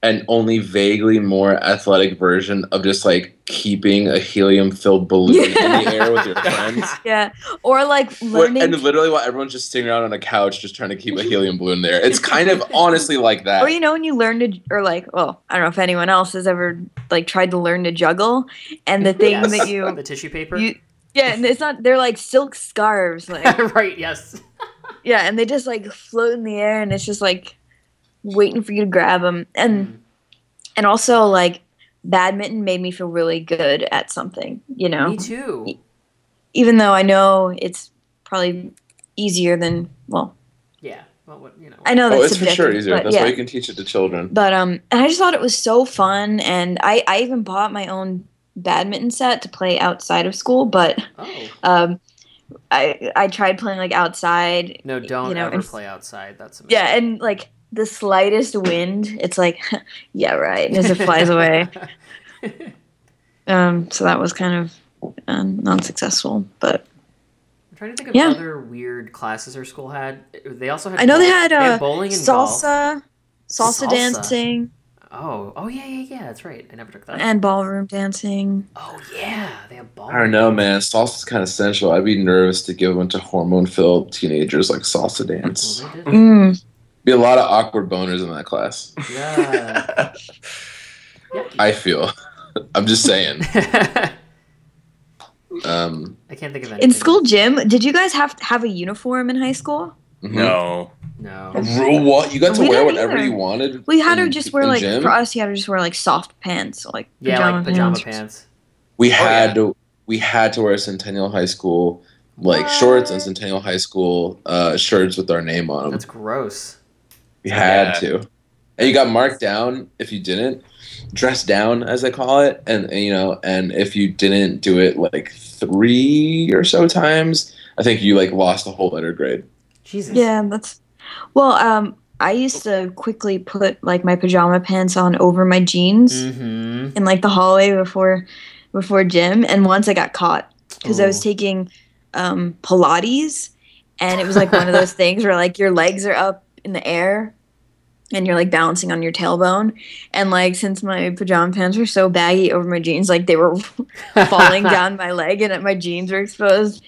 [SPEAKER 5] and only vaguely more athletic version of just like keeping a helium filled balloon in the air with your friends.
[SPEAKER 1] yeah, or like
[SPEAKER 5] Where- and
[SPEAKER 1] learning,
[SPEAKER 5] literally while everyone's just sitting around on a couch just trying to keep a helium balloon there. It's kind of honestly like that.
[SPEAKER 1] or you know, when you learn to, or like, well, I don't know if anyone else has ever like tried to learn to juggle, and the thing
[SPEAKER 3] Yes.
[SPEAKER 1] that you,
[SPEAKER 3] the tissue paper.
[SPEAKER 1] you, yeah, and it's not, they're like silk scarves, like
[SPEAKER 3] right. Yes.
[SPEAKER 1] yeah, and they just like float in the air, and it's just like waiting for you to grab them, and
[SPEAKER 3] Mm.
[SPEAKER 1] and also like badminton made me feel really good at something, you know,
[SPEAKER 3] Me too.
[SPEAKER 1] even though I know it's probably easier than well,
[SPEAKER 3] Yeah. Well, what you know.
[SPEAKER 1] I know that's
[SPEAKER 5] oh, it's for sure
[SPEAKER 1] subjective,
[SPEAKER 5] easier.
[SPEAKER 1] but
[SPEAKER 5] That's
[SPEAKER 1] yeah.
[SPEAKER 5] why you can teach it to children.
[SPEAKER 1] But um, and I just thought it was so fun, and I I even bought my own badminton set to play outside of school. But
[SPEAKER 3] Oh
[SPEAKER 1] um, I I tried playing like outside,
[SPEAKER 3] no! Don't
[SPEAKER 1] know,
[SPEAKER 3] ever
[SPEAKER 1] it's-
[SPEAKER 3] play outside. That's a
[SPEAKER 1] yeah, and like the slightest wind, it's like yeah, right, and as it flies away. Um, so that was kind of um, non-successful, but
[SPEAKER 3] I'm trying to think of
[SPEAKER 1] Yeah.
[SPEAKER 3] other weird classes our school had. They also had.
[SPEAKER 1] I know they
[SPEAKER 3] bowl-
[SPEAKER 1] had, uh,
[SPEAKER 3] bowling and golf.
[SPEAKER 1] salsa, salsa,
[SPEAKER 3] Salsa.
[SPEAKER 1] dancing,
[SPEAKER 3] Oh, oh yeah, yeah, yeah. That's right. I never took that.
[SPEAKER 1] and ballroom dancing.
[SPEAKER 3] oh yeah, they have ball.
[SPEAKER 5] I don't know, man. Salsa's kind of sensual. I'd be nervous to give one to hormone filled teenagers like salsa dance.
[SPEAKER 3] Well, they did.
[SPEAKER 1] Mm.
[SPEAKER 5] Be a lot of awkward boners in that class.
[SPEAKER 3] Yeah.
[SPEAKER 4] Uh,
[SPEAKER 5] I feel. I'm just saying.
[SPEAKER 3] I
[SPEAKER 5] Um,
[SPEAKER 3] can't think of anything.
[SPEAKER 1] In school gym, did you guys have have a uniform in high school?
[SPEAKER 4] No.
[SPEAKER 3] No.
[SPEAKER 5] mm-hmm. Ru- What you got to
[SPEAKER 1] We
[SPEAKER 5] wear
[SPEAKER 1] didn't
[SPEAKER 5] whatever
[SPEAKER 1] either.
[SPEAKER 5] you wanted.
[SPEAKER 1] We had
[SPEAKER 5] in-
[SPEAKER 1] her just wear
[SPEAKER 5] in
[SPEAKER 1] like
[SPEAKER 5] gym?
[SPEAKER 1] for us. You had to just wear like soft pants, like
[SPEAKER 3] Yeah,
[SPEAKER 1] pajama
[SPEAKER 3] like pajama
[SPEAKER 1] pants.
[SPEAKER 3] pants.
[SPEAKER 5] we
[SPEAKER 4] Oh,
[SPEAKER 5] had
[SPEAKER 4] yeah.
[SPEAKER 5] to we had to wear Centennial High School like shorts and
[SPEAKER 3] What?
[SPEAKER 5] Centennial High School uh, shirts with our name
[SPEAKER 1] Oh.
[SPEAKER 5] on them.
[SPEAKER 3] That's gross.
[SPEAKER 5] we had
[SPEAKER 4] Yeah.
[SPEAKER 5] to, and you got marked down if you didn't dress down as they call it, and, and, you know, and if you didn't do it like three or so times, I think you like lost a whole letter grade.
[SPEAKER 3] Jesus.
[SPEAKER 1] Yeah, that's. Well, um, I used to quickly put like my pajama pants on over my
[SPEAKER 5] Mm.
[SPEAKER 1] jeans
[SPEAKER 3] Mm-hmm.
[SPEAKER 1] in like the hallway before, before gym. And once I got caught because I was
[SPEAKER 3] Ooh.
[SPEAKER 1] taking um, Pilates, and it was like one of those things where like your legs are up in the air. And you're like balancing on your tailbone, and like since my pajama pants were so baggy over my jeans, like they were falling down my leg and my jeans were exposed.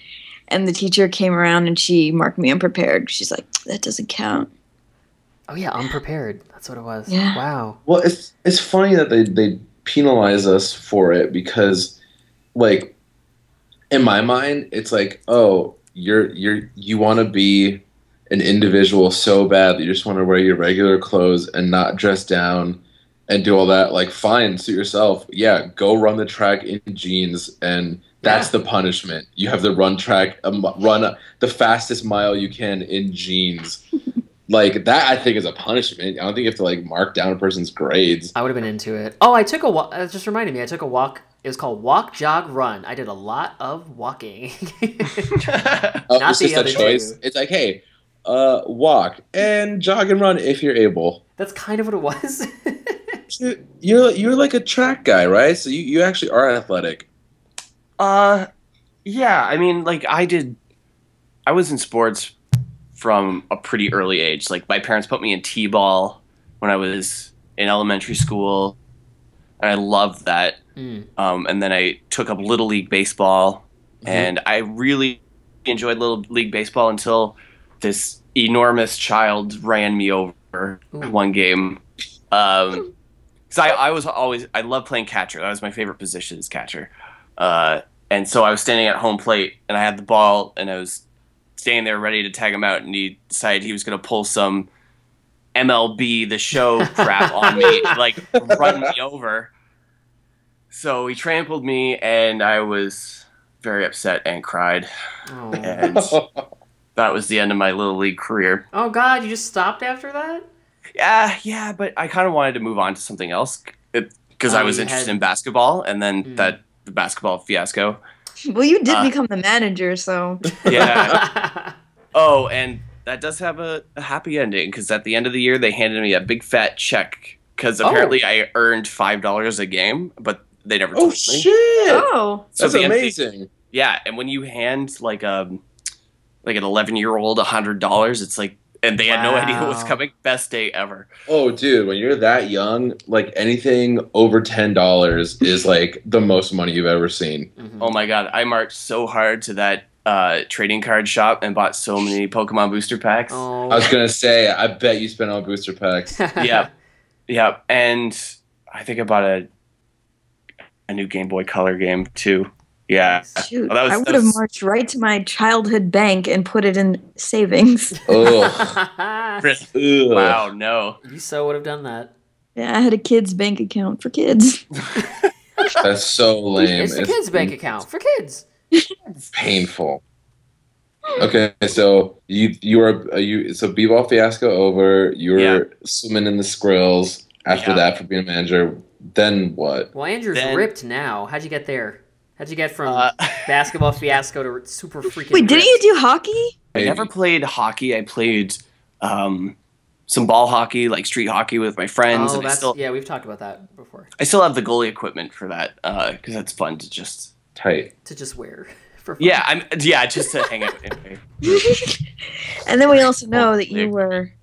[SPEAKER 1] And the teacher came around and she marked me unprepared. She's like, that doesn't count.
[SPEAKER 3] Oh yeah, unprepared. That's what it was.
[SPEAKER 1] Yeah.
[SPEAKER 3] Wow.
[SPEAKER 5] Well, it's it's funny that they they penalize us for it because, like, in my mind, it's like, oh, you're you're you want to be an individual so bad that you just want to wear your regular clothes and not dress down and do all that. Like, fine, suit yourself. Yeah, go run the track in jeans and. That's the punishment. You have to run track, um, run the fastest mile you can in jeans like that i think is a punishment i don't think you have to like mark down a person's grades
[SPEAKER 3] I would have been into it. Oh, I took a walk. It just reminded me. I took a walk. It was called walk, jog, run. I did a lot of walking.
[SPEAKER 5] oh,
[SPEAKER 3] Not
[SPEAKER 5] it's
[SPEAKER 3] the
[SPEAKER 5] just a
[SPEAKER 3] other
[SPEAKER 5] choice
[SPEAKER 3] two.
[SPEAKER 5] it's like hey uh walk and jog and run if you're able
[SPEAKER 3] That's kind of what it was.
[SPEAKER 5] So you're you're like a track guy right so you, you actually are athletic
[SPEAKER 4] Uh, yeah. I mean, like I did. I was in sports from a pretty early age. Like my parents put me in t-ball when I was in elementary school, and I loved that.
[SPEAKER 3] Mm.
[SPEAKER 4] Um, and then I took up little league baseball, and I really enjoyed little league baseball until this enormous child ran me over
[SPEAKER 3] Ooh.
[SPEAKER 4] one game. Um, because I, I was always I loved playing catcher. That was my favorite position is catcher. Uh, and so I was standing at home plate and I had the ball and I was standing there ready to tag him out and he decided he was going to pull some MLB the show crap on me like run me over. So he trampled me and I was very upset and cried
[SPEAKER 3] Oh.
[SPEAKER 4] and that was the end of my little league career.
[SPEAKER 3] oh God, you just stopped after that?
[SPEAKER 4] Yeah, yeah, but I kind of wanted to move on to something else because I
[SPEAKER 3] Oh,
[SPEAKER 4] was
[SPEAKER 3] you
[SPEAKER 4] interested
[SPEAKER 3] had-
[SPEAKER 4] in basketball, and then
[SPEAKER 3] Hmm.
[SPEAKER 4] that the basketball fiasco.
[SPEAKER 1] Well, you did
[SPEAKER 4] Uh.
[SPEAKER 1] become the manager, so
[SPEAKER 4] Yeah. oh, and that does have a, a happy ending because at the end of the year they handed me a big fat check because
[SPEAKER 3] Oh.
[SPEAKER 4] apparently I earned five dollars a game, but they never told
[SPEAKER 5] oh
[SPEAKER 4] me.
[SPEAKER 5] shit!
[SPEAKER 1] oh,
[SPEAKER 4] So
[SPEAKER 5] That's
[SPEAKER 4] the end-
[SPEAKER 5] amazing.
[SPEAKER 4] Yeah, and when you hand like a like an eleven year old hundred dollars, it's like, and they had no idea what was
[SPEAKER 3] Wow.
[SPEAKER 4] coming. Best day ever.
[SPEAKER 5] Oh, dude, when you're that young, like anything over ten dollars is like the most money you've ever seen.
[SPEAKER 3] Mhm.
[SPEAKER 4] Oh my god, I marked so hard to that uh, trading card shop and bought so many Pokemon booster packs.
[SPEAKER 3] Oh.
[SPEAKER 5] I was gonna say, I bet you spent on booster packs.
[SPEAKER 4] Yeah, yeah, and I think I bought a a new Game Boy Color game too. Yeah,
[SPEAKER 1] shoot!
[SPEAKER 4] Well, that was-
[SPEAKER 1] I
[SPEAKER 4] that
[SPEAKER 1] would have
[SPEAKER 4] was-
[SPEAKER 1] marched right to my childhood bank and put it in savings.
[SPEAKER 5] Oh,
[SPEAKER 4] wow, no,
[SPEAKER 3] you so would have done that.
[SPEAKER 1] yeah, I had a kid's bank account for kids.
[SPEAKER 5] that's so lame.
[SPEAKER 3] It's the kids' bank account for kids.
[SPEAKER 5] painful. Okay, so you you are uh, you so b-ball fiasco over. You're
[SPEAKER 4] Yeah.
[SPEAKER 5] swimming in the skrills after
[SPEAKER 4] Yeah.
[SPEAKER 5] that for being a manager. Then what?
[SPEAKER 3] Well, Andrew's
[SPEAKER 4] Then-
[SPEAKER 3] ripped now. How'd you get there? How'd you get from
[SPEAKER 4] uh,
[SPEAKER 3] basketball fiasco to super freaking?
[SPEAKER 1] Wait, didn't you
[SPEAKER 3] ripped?
[SPEAKER 1] do hockey?
[SPEAKER 4] I never played hockey. I played um, some ball hockey, like street hockey, with my friends,
[SPEAKER 3] Oh,
[SPEAKER 4] and I
[SPEAKER 3] that's,
[SPEAKER 4] still
[SPEAKER 3] yeah, we've talked about that before.
[SPEAKER 4] I still have the goalie equipment for that because that's fun to just
[SPEAKER 5] tight.
[SPEAKER 3] To just wear for fun.
[SPEAKER 4] yeah, I'm yeah just to hang out. Anyway.
[SPEAKER 1] and then we also know that you
[SPEAKER 4] There.
[SPEAKER 1] were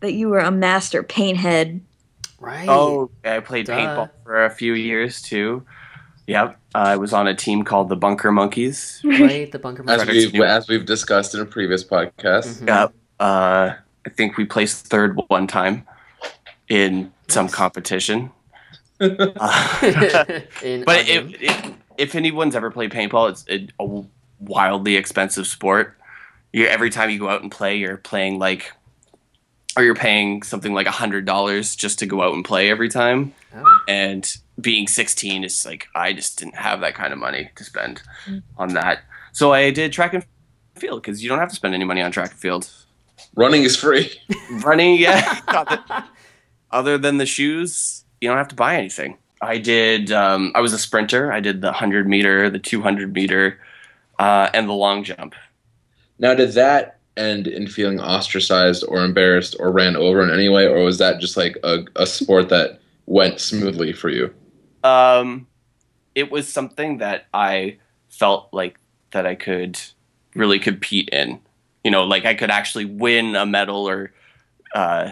[SPEAKER 1] that you were a master paint head.
[SPEAKER 3] right.
[SPEAKER 4] Oh, I played
[SPEAKER 3] Duh.
[SPEAKER 4] paintball for a few years too. Yep, uh, I was on a team called the Bunker Monkeys.
[SPEAKER 3] right. The bunker.
[SPEAKER 5] As
[SPEAKER 4] Right,
[SPEAKER 3] Monkeys.
[SPEAKER 4] it's
[SPEAKER 5] we've,
[SPEAKER 4] new.
[SPEAKER 5] as we've discussed in a previous podcast,
[SPEAKER 3] Mhm.
[SPEAKER 4] Yep, uh, I think we placed third one time in some
[SPEAKER 3] Nice.
[SPEAKER 4] competition. Uh,
[SPEAKER 3] Mm-hmm. In
[SPEAKER 4] but
[SPEAKER 3] Ogden.
[SPEAKER 4] it, it, if anyone's ever played paintball, it's it, a wildly expensive sport. You're, every time you go out and play, you're playing like, or you're paying something like hundred dollars just to go out and play every time.
[SPEAKER 3] Oh.
[SPEAKER 4] and being 16 is like i just didn't have that kind of money to spend
[SPEAKER 1] Mm.
[SPEAKER 4] on that so i did track and field because you don't have to spend any money on track and field
[SPEAKER 5] running is free.
[SPEAKER 4] running yeah other than the shoes you don't have to buy anything i did um, i was a sprinter i did the 100 meter the 200 meter uh, and the long jump
[SPEAKER 5] Now, did that end in feeling ostracized or embarrassed or ran over in any way, or was that just like a, a sport that went smoothly for you?
[SPEAKER 4] um, it was something that I felt like that I could really compete in. You know, like I could actually win a medal or uh,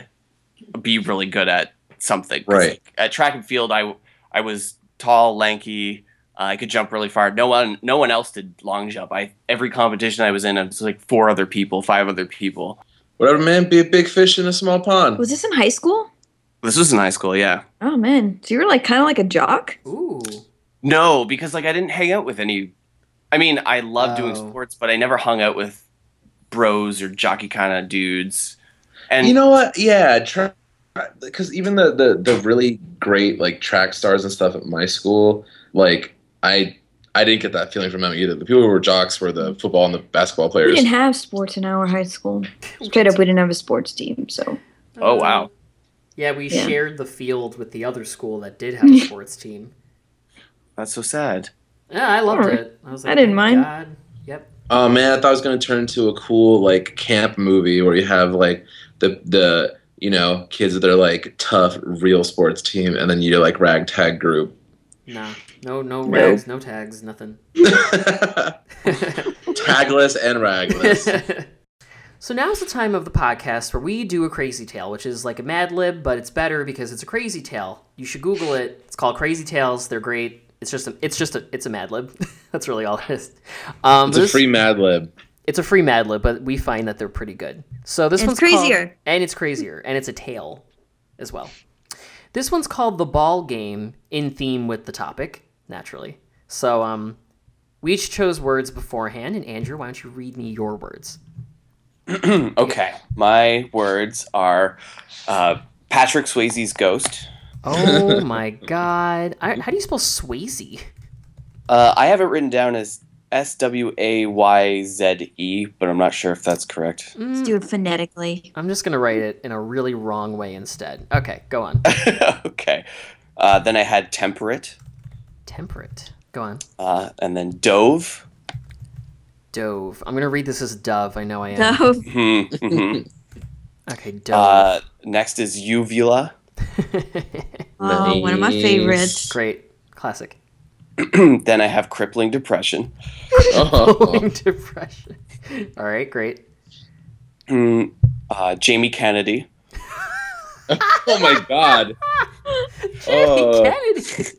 [SPEAKER 4] be really good at something. 'Cause,
[SPEAKER 5] Right.
[SPEAKER 4] like, at track and field, I I was tall, lanky. Uh, I could jump really far. No one no one else did long jump. I every competition I was in, it was like four other people, five other people.
[SPEAKER 5] Whatever, man, be a big fish in a small pond.
[SPEAKER 1] Was this in high school?
[SPEAKER 4] This was in high school, yeah.
[SPEAKER 1] Oh man, so you were like kind of like a jock.
[SPEAKER 3] Ooh.
[SPEAKER 4] No, because like I didn't hang out with any. I mean, I love doing
[SPEAKER 3] Oh.
[SPEAKER 4] sports, but I never hung out with bros or jockey kind of dudes. And
[SPEAKER 5] you know what? Yeah, try because even the, the the really great like track stars and stuff at my school, like I I didn't get that feeling from them either. The people who were jocks were the football and the basketball
[SPEAKER 1] We
[SPEAKER 5] players.
[SPEAKER 1] didn't have sports in our high school. Straight up, we didn't have a sports team. So
[SPEAKER 4] Oh, wow.
[SPEAKER 3] Uh-huh. Yeah, we
[SPEAKER 1] Yeah.
[SPEAKER 3] shared the field with the other school that did have a sports team.
[SPEAKER 4] that's so sad.
[SPEAKER 3] Yeah, I loved
[SPEAKER 1] Alright.
[SPEAKER 3] it. I was
[SPEAKER 1] I
[SPEAKER 3] like,
[SPEAKER 1] didn't
[SPEAKER 3] "Thank
[SPEAKER 1] mind."
[SPEAKER 3] God." Yep.
[SPEAKER 5] Oh man, I thought it was gonna turn into a cool like camp movie where you have like the the you know kids that are like tough real sports team, and then you're like ragtag group.
[SPEAKER 3] Nah. No. No
[SPEAKER 1] No.
[SPEAKER 3] rags. No tags. Nothing.
[SPEAKER 5] Tagless and ragless.
[SPEAKER 3] So now's the time of the podcast where we do a crazy tale, which is like a Mad Lib, but it's better because it's a crazy tale. You should Google it. It's called Crazy Tales. They're great. It's just a, it's just a, it's a Mad Lib. That's really all it is. Um,
[SPEAKER 5] It's a
[SPEAKER 3] this-
[SPEAKER 5] free Mad Lib.
[SPEAKER 3] it's a free Mad Lib, but we find that they're pretty good. So this
[SPEAKER 1] And
[SPEAKER 3] one's
[SPEAKER 1] it's
[SPEAKER 3] called-
[SPEAKER 1] crazier.
[SPEAKER 3] and it's crazier, and it's a tale as well. This one's called the Ball Game, in theme with the topic, naturally. So um, we each chose words beforehand, and Andrew, why don't you read me your words?
[SPEAKER 4] Hmm, Okay, my words are uh, Patrick Swayze's ghost.
[SPEAKER 3] Oh my God! I, how do you spell Swayze?
[SPEAKER 4] Uh, I have it written down as S W A Y Z E, but I'm not sure if that's correct.
[SPEAKER 1] Let's do it phonetically.
[SPEAKER 3] I'm just gonna write it in a really wrong way instead. Okay, go on.
[SPEAKER 4] okay. Uh, then I had temperate,
[SPEAKER 3] Temperate. Go on.
[SPEAKER 4] uh, and then dove.
[SPEAKER 3] Dove. I'm gonna read this as dove. I know I am.
[SPEAKER 1] No,
[SPEAKER 4] Mhm, mhm.
[SPEAKER 3] Okay, dove.
[SPEAKER 4] uh, next is uvula.
[SPEAKER 1] oh, one of my
[SPEAKER 5] Nice.
[SPEAKER 1] favorites.
[SPEAKER 3] Great. Classic.
[SPEAKER 4] then I have crippling depression.
[SPEAKER 5] Oh,
[SPEAKER 3] Pulling depression. All right, great.
[SPEAKER 4] Mm, uh, Jamie Kennedy.
[SPEAKER 5] oh my god.
[SPEAKER 3] Jamie
[SPEAKER 5] Oh.
[SPEAKER 3] Kennedy.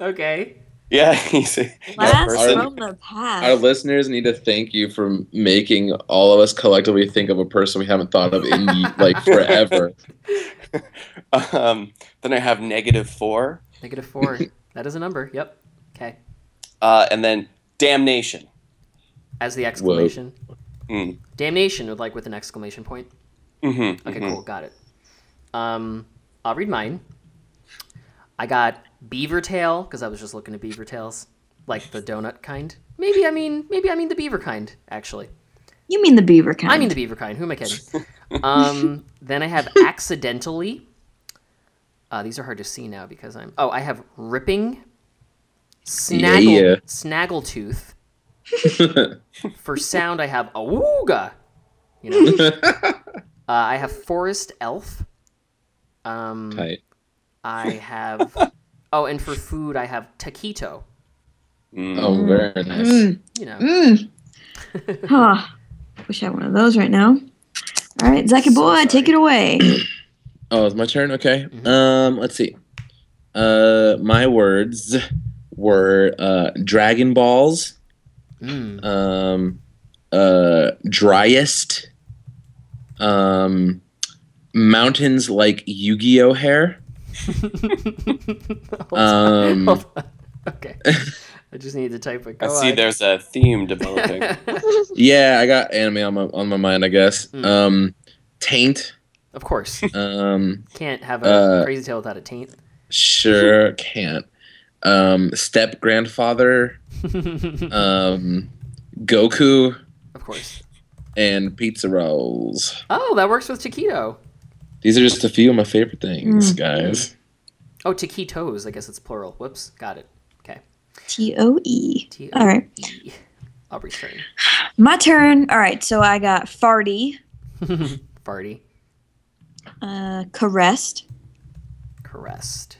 [SPEAKER 3] okay.
[SPEAKER 4] Yeah, he's a, that
[SPEAKER 1] Last
[SPEAKER 4] person.
[SPEAKER 1] from the past.
[SPEAKER 5] Our listeners need to thank you for making all of us collectively think of a person we haven't thought of in like forever.
[SPEAKER 4] Um, then I have negative four,
[SPEAKER 3] Negative four. that is a number. Yep. Okay.
[SPEAKER 4] uh, and then damnation.
[SPEAKER 3] As the exclamation.
[SPEAKER 4] Mm.
[SPEAKER 3] Damnation would like with an exclamation point.
[SPEAKER 4] Mm-hmm,
[SPEAKER 3] Okay, cool. Got it. Um, I'll read mine. I got beaver tail because I was just looking at beaver tails, like the donut kind. Maybe I mean maybe I mean the beaver kind actually.
[SPEAKER 1] You mean the beaver kind?
[SPEAKER 3] I mean the beaver kind. Who am I kidding? Um, then I have accidentally. Uh, these are hard to see now because I'm. Oh, I have ripping. Snaggle,
[SPEAKER 5] Yeah.
[SPEAKER 3] snaggletooth. For sound, I have awooga. You know. uh, I have forest elf. Um,
[SPEAKER 5] Tight.
[SPEAKER 3] I have. Oh, and for food, I have taquito.
[SPEAKER 4] Mm.
[SPEAKER 5] Oh, very nice.
[SPEAKER 1] Mm,
[SPEAKER 3] You know.
[SPEAKER 1] mm. Huh. Wish I had one of those right now. All right, Zaki
[SPEAKER 3] So
[SPEAKER 1] boy,
[SPEAKER 3] sorry.
[SPEAKER 1] take it away.
[SPEAKER 5] Oh, it's my turn. Okay. Um, let's see. Uh, my words were uh, Dragon Balls,
[SPEAKER 3] Mm.
[SPEAKER 5] um, uh, driest, um, mountains like Yu-Gi-Oh hair.
[SPEAKER 3] Hold on,
[SPEAKER 5] Um,
[SPEAKER 3] hold on. Okay. I just need to type it.
[SPEAKER 4] I
[SPEAKER 3] Go
[SPEAKER 4] see
[SPEAKER 3] on.
[SPEAKER 4] there's a theme developing.
[SPEAKER 5] Yeah, I got anime on my on my mind, I guess.
[SPEAKER 3] Mm.
[SPEAKER 5] Um, taint.
[SPEAKER 3] of course.
[SPEAKER 5] Um,
[SPEAKER 3] Can't have a
[SPEAKER 5] Uh,
[SPEAKER 3] crazy tale without a taint.
[SPEAKER 5] sure can't. Um, step grandfather.
[SPEAKER 3] of
[SPEAKER 5] Um, Goku
[SPEAKER 3] course.
[SPEAKER 5] and pizza rolls.
[SPEAKER 3] Oh, that works with taquito.
[SPEAKER 5] These are just a few of my favorite
[SPEAKER 1] Hmm.
[SPEAKER 5] things, guys.
[SPEAKER 3] Oh, taquitos. I guess it's plural. Whoops. Got it. Okay.
[SPEAKER 1] T O E.
[SPEAKER 3] T
[SPEAKER 1] All right,
[SPEAKER 3] E. Aubrey's turn.
[SPEAKER 1] my turn. All right, so I got farty,
[SPEAKER 3] Farty.
[SPEAKER 1] uh, caressed,
[SPEAKER 3] Caressed.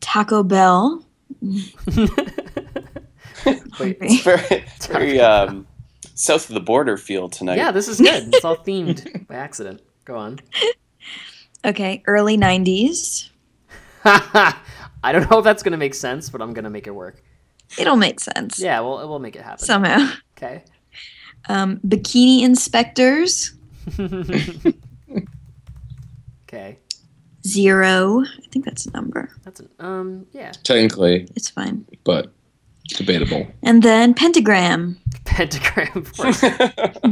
[SPEAKER 1] Taco Bell.
[SPEAKER 3] Wait.
[SPEAKER 4] It's very, it's very um, south of the border feel tonight.
[SPEAKER 3] Yeah, this is good. It's all themed by accident. Go on.
[SPEAKER 1] Okay, early '90s.
[SPEAKER 3] I don't know if that's going to make sense, but I'm going to make it work.
[SPEAKER 1] It'll make sense
[SPEAKER 3] Yeah, we'll, we'll make it happen.
[SPEAKER 1] somehow.
[SPEAKER 3] Okay.
[SPEAKER 1] Um, bikini inspectors.
[SPEAKER 3] okay.
[SPEAKER 1] Zero. I think that's a number.
[SPEAKER 3] That's an, um, yeah.
[SPEAKER 5] Technically,
[SPEAKER 1] It's fine.
[SPEAKER 5] but debatable.
[SPEAKER 1] And then pentagram.
[SPEAKER 3] Pentagram. of course.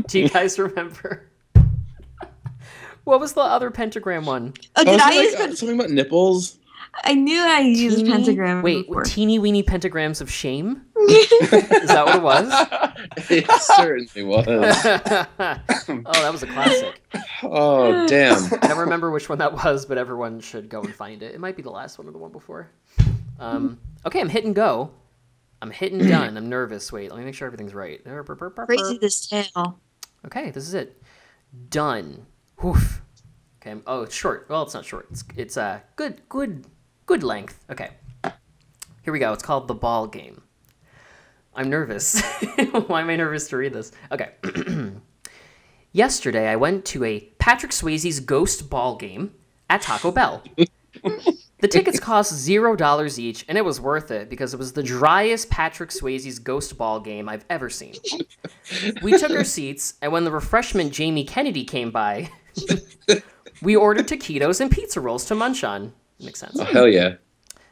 [SPEAKER 3] Do you guys remember? what was the other pentagram one?
[SPEAKER 1] Oh, did
[SPEAKER 5] Oh,
[SPEAKER 1] I
[SPEAKER 5] is
[SPEAKER 1] use?
[SPEAKER 5] it like, uh,
[SPEAKER 1] pen-
[SPEAKER 5] something about nipples?
[SPEAKER 1] I knew I used
[SPEAKER 3] Teeny-
[SPEAKER 1] pentagram.
[SPEAKER 3] Wait,
[SPEAKER 1] before.
[SPEAKER 3] teeny weeny pentagrams of shame? Is that what it was?
[SPEAKER 5] it certainly was.
[SPEAKER 3] oh, that was a classic.
[SPEAKER 5] Oh, damn.
[SPEAKER 3] I don't remember which one that was, but everyone should go and find it. It might be the last one or the one before. Um, okay, I'm hit and go. I'm hit and done. I'm nervous. Wait, let me make sure everything's right.
[SPEAKER 1] Crazy this tale.
[SPEAKER 3] Okay, this is it. Done. Woof. Okay. I'm, oh, it's short. Well, it's not short. It's it's uh, good good good length. Okay. Here we go. It's called the ball game. I'm nervous. Why am I nervous to read this? Okay. Yesterday, I went to a Patrick Swayze's ghost ball game at Taco Bell. the tickets cost zero dollars each, and it was worth it because it was the driest Patrick Swayze's ghost ball game I've ever seen. We took our seats, and when the refreshment Jamie Kennedy came by, we ordered taquitos and pizza rolls to munch on. Makes sense.
[SPEAKER 5] Oh, hell yeah.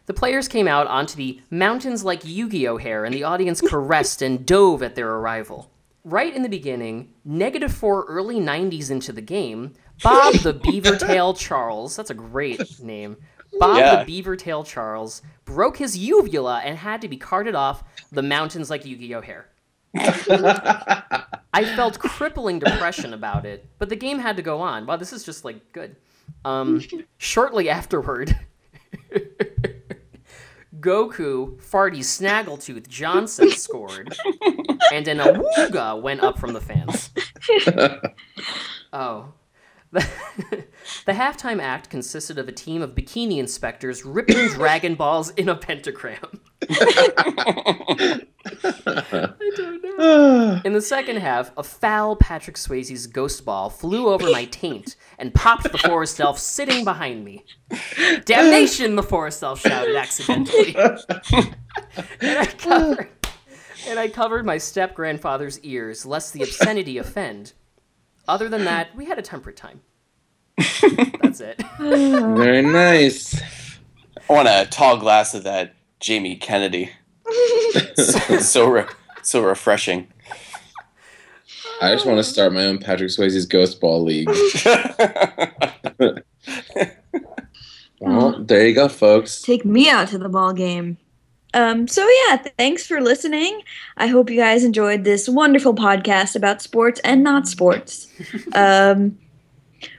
[SPEAKER 3] The players came out onto the mountains like Yu Gi Oh! hair, and the audience caressed and dove at their arrival. Right in the beginning, negative four early 90s into the game, Bob the Beaver Tail Charles, that's a great name, Bob
[SPEAKER 4] Yeah.
[SPEAKER 3] the Beaver Tail Charles broke his uvula and had to be carted off the mountains like Yu Gi Oh! hair. I felt crippling depression about it, but the game had to go on. Wow, this is just like good. Um, shortly afterward, Goku, Farty Snaggletooth Johnson scored, and an awooga went up from the fans. Oh. The, the halftime act consisted of a team of bikini inspectors ripping Dragon Balls in a pentagram. I don't know. In the second half, a foul Patrick Swayze's ghost ball flew over my taint and popped the forest elf sitting behind me. Damnation, the forest elf shouted accidentally. and, I covered, and I covered my step grandfather's ears lest the obscenity offend. Other than that, we had a temperate time. That's it.
[SPEAKER 5] Very nice.
[SPEAKER 4] I want a tall glass of that Jamie Kennedy. so re- so refreshing.
[SPEAKER 5] I just want to start my own Patrick Swayze's Ghost Ball League. Well, there you go, folks.
[SPEAKER 1] Take me out to the ball game. Um, so yeah, th- thanks for listening. I hope you guys enjoyed this wonderful podcast about sports and not sports. um,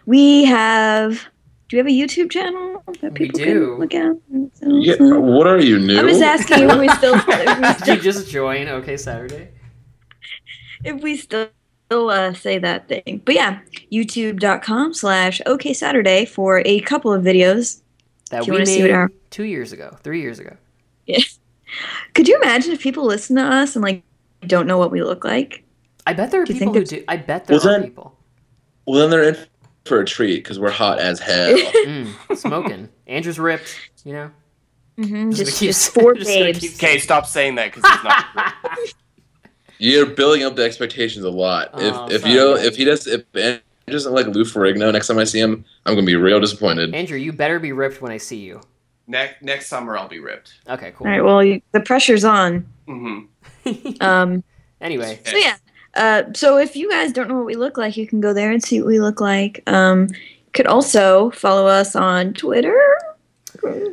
[SPEAKER 1] we have. Do you have a YouTube channel that
[SPEAKER 3] We
[SPEAKER 1] people
[SPEAKER 3] do.
[SPEAKER 1] can look at?
[SPEAKER 5] Yeah, what are you new?
[SPEAKER 1] I'm just asking if we still if we
[SPEAKER 3] Did
[SPEAKER 1] still,
[SPEAKER 3] you just join OK Saturday?
[SPEAKER 1] if we still uh, say that thing. But yeah, youtube.com slash OK Saturday for a couple of videos.
[SPEAKER 3] That
[SPEAKER 1] Do you
[SPEAKER 3] we
[SPEAKER 1] wanna see what
[SPEAKER 3] made
[SPEAKER 1] our-
[SPEAKER 3] two years ago, three years ago.
[SPEAKER 1] Could you imagine if people listen to us and like don't know what we look like?
[SPEAKER 3] I bet there are
[SPEAKER 1] Do you
[SPEAKER 3] people
[SPEAKER 1] think
[SPEAKER 3] who
[SPEAKER 1] it's-
[SPEAKER 3] do. I bet there
[SPEAKER 5] Was
[SPEAKER 3] are
[SPEAKER 5] that-
[SPEAKER 3] people.
[SPEAKER 5] Well, then they're in for a treat because we're hot as hell.
[SPEAKER 3] Mm, smoking. Andrew's ripped, you know?
[SPEAKER 1] Mm-hmm. Just,
[SPEAKER 3] Just keep-
[SPEAKER 1] just four
[SPEAKER 3] just gonna keep-
[SPEAKER 1] babes.
[SPEAKER 4] okay, stop saying that because it's not.
[SPEAKER 5] You're building up the expectations a lot.
[SPEAKER 3] Oh,
[SPEAKER 5] if if
[SPEAKER 3] sorry,
[SPEAKER 5] you don't,
[SPEAKER 3] guys.
[SPEAKER 5] if he does if Andrew doesn't like Lou Ferrigno next time I see him, I'm gonna be real disappointed.
[SPEAKER 3] Andrew, you better be ripped when I see you.
[SPEAKER 4] Next next summer I'll be ripped.
[SPEAKER 3] Okay, cool.
[SPEAKER 1] All right, well, you, the pressure's on.
[SPEAKER 4] Mm-hmm.
[SPEAKER 1] Um,
[SPEAKER 3] anyway,
[SPEAKER 1] so yeah. Uh, so if you guys don't know what we look like, you can go there and see what we look like. Um, you could also follow us on Twitter,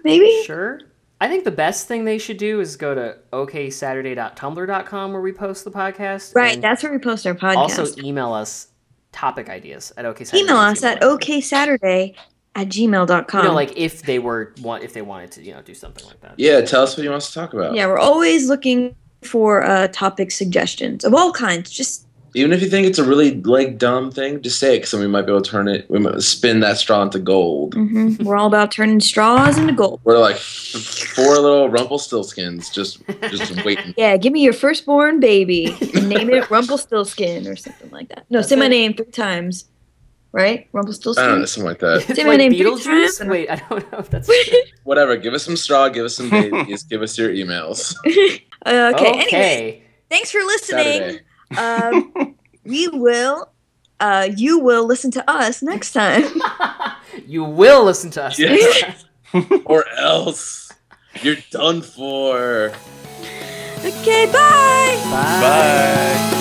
[SPEAKER 1] maybe.
[SPEAKER 3] sure. I think the best thing they should do is go to oksaturday.tumblr.com where we post the podcast.
[SPEAKER 1] Right,
[SPEAKER 3] and
[SPEAKER 1] that's where we post our podcast.
[SPEAKER 3] also email us topic ideas at oksaturday.
[SPEAKER 1] Email us at oksaturday at gmail.com.
[SPEAKER 3] You know, like if they were want if they wanted to, you know, do something like that.
[SPEAKER 5] Yeah, tell us what you want us to talk about.
[SPEAKER 1] yeah, we're always looking for uh, topic suggestions of all kinds. Just
[SPEAKER 5] Even if you think it's a really like dumb thing, just say it because then we might be able to turn it. We might spin that straw into gold.
[SPEAKER 3] Mm-hmm.
[SPEAKER 1] mhm, we're all about turning straws into gold.
[SPEAKER 5] We're like four little Rumpelstiltskins just just waiting.
[SPEAKER 1] Yeah, give me your firstborn baby and name it Rumpelstiltskin or something like that. No,
[SPEAKER 3] That's
[SPEAKER 1] say my
[SPEAKER 3] it. Uh,
[SPEAKER 1] name three times, right?
[SPEAKER 5] I don't know,
[SPEAKER 1] Rumpelstiltskin.
[SPEAKER 5] something like that.
[SPEAKER 3] It's
[SPEAKER 1] Say
[SPEAKER 3] like
[SPEAKER 1] my name three
[SPEAKER 3] Beetlejuice?
[SPEAKER 1] times.
[SPEAKER 3] Wait, I don't know if that's
[SPEAKER 5] Whatever. Give us some straw. Give us some babies. give us your emails.
[SPEAKER 1] Uh, okay.
[SPEAKER 3] okay.
[SPEAKER 1] Anyway, thanks for
[SPEAKER 5] Saturday.
[SPEAKER 1] listening. Um, we will. Uh, you will listen to us next time.
[SPEAKER 3] you will listen to us.
[SPEAKER 5] Yes. or else you're done for.
[SPEAKER 1] Okay, bye.
[SPEAKER 3] Bye.
[SPEAKER 4] Bye.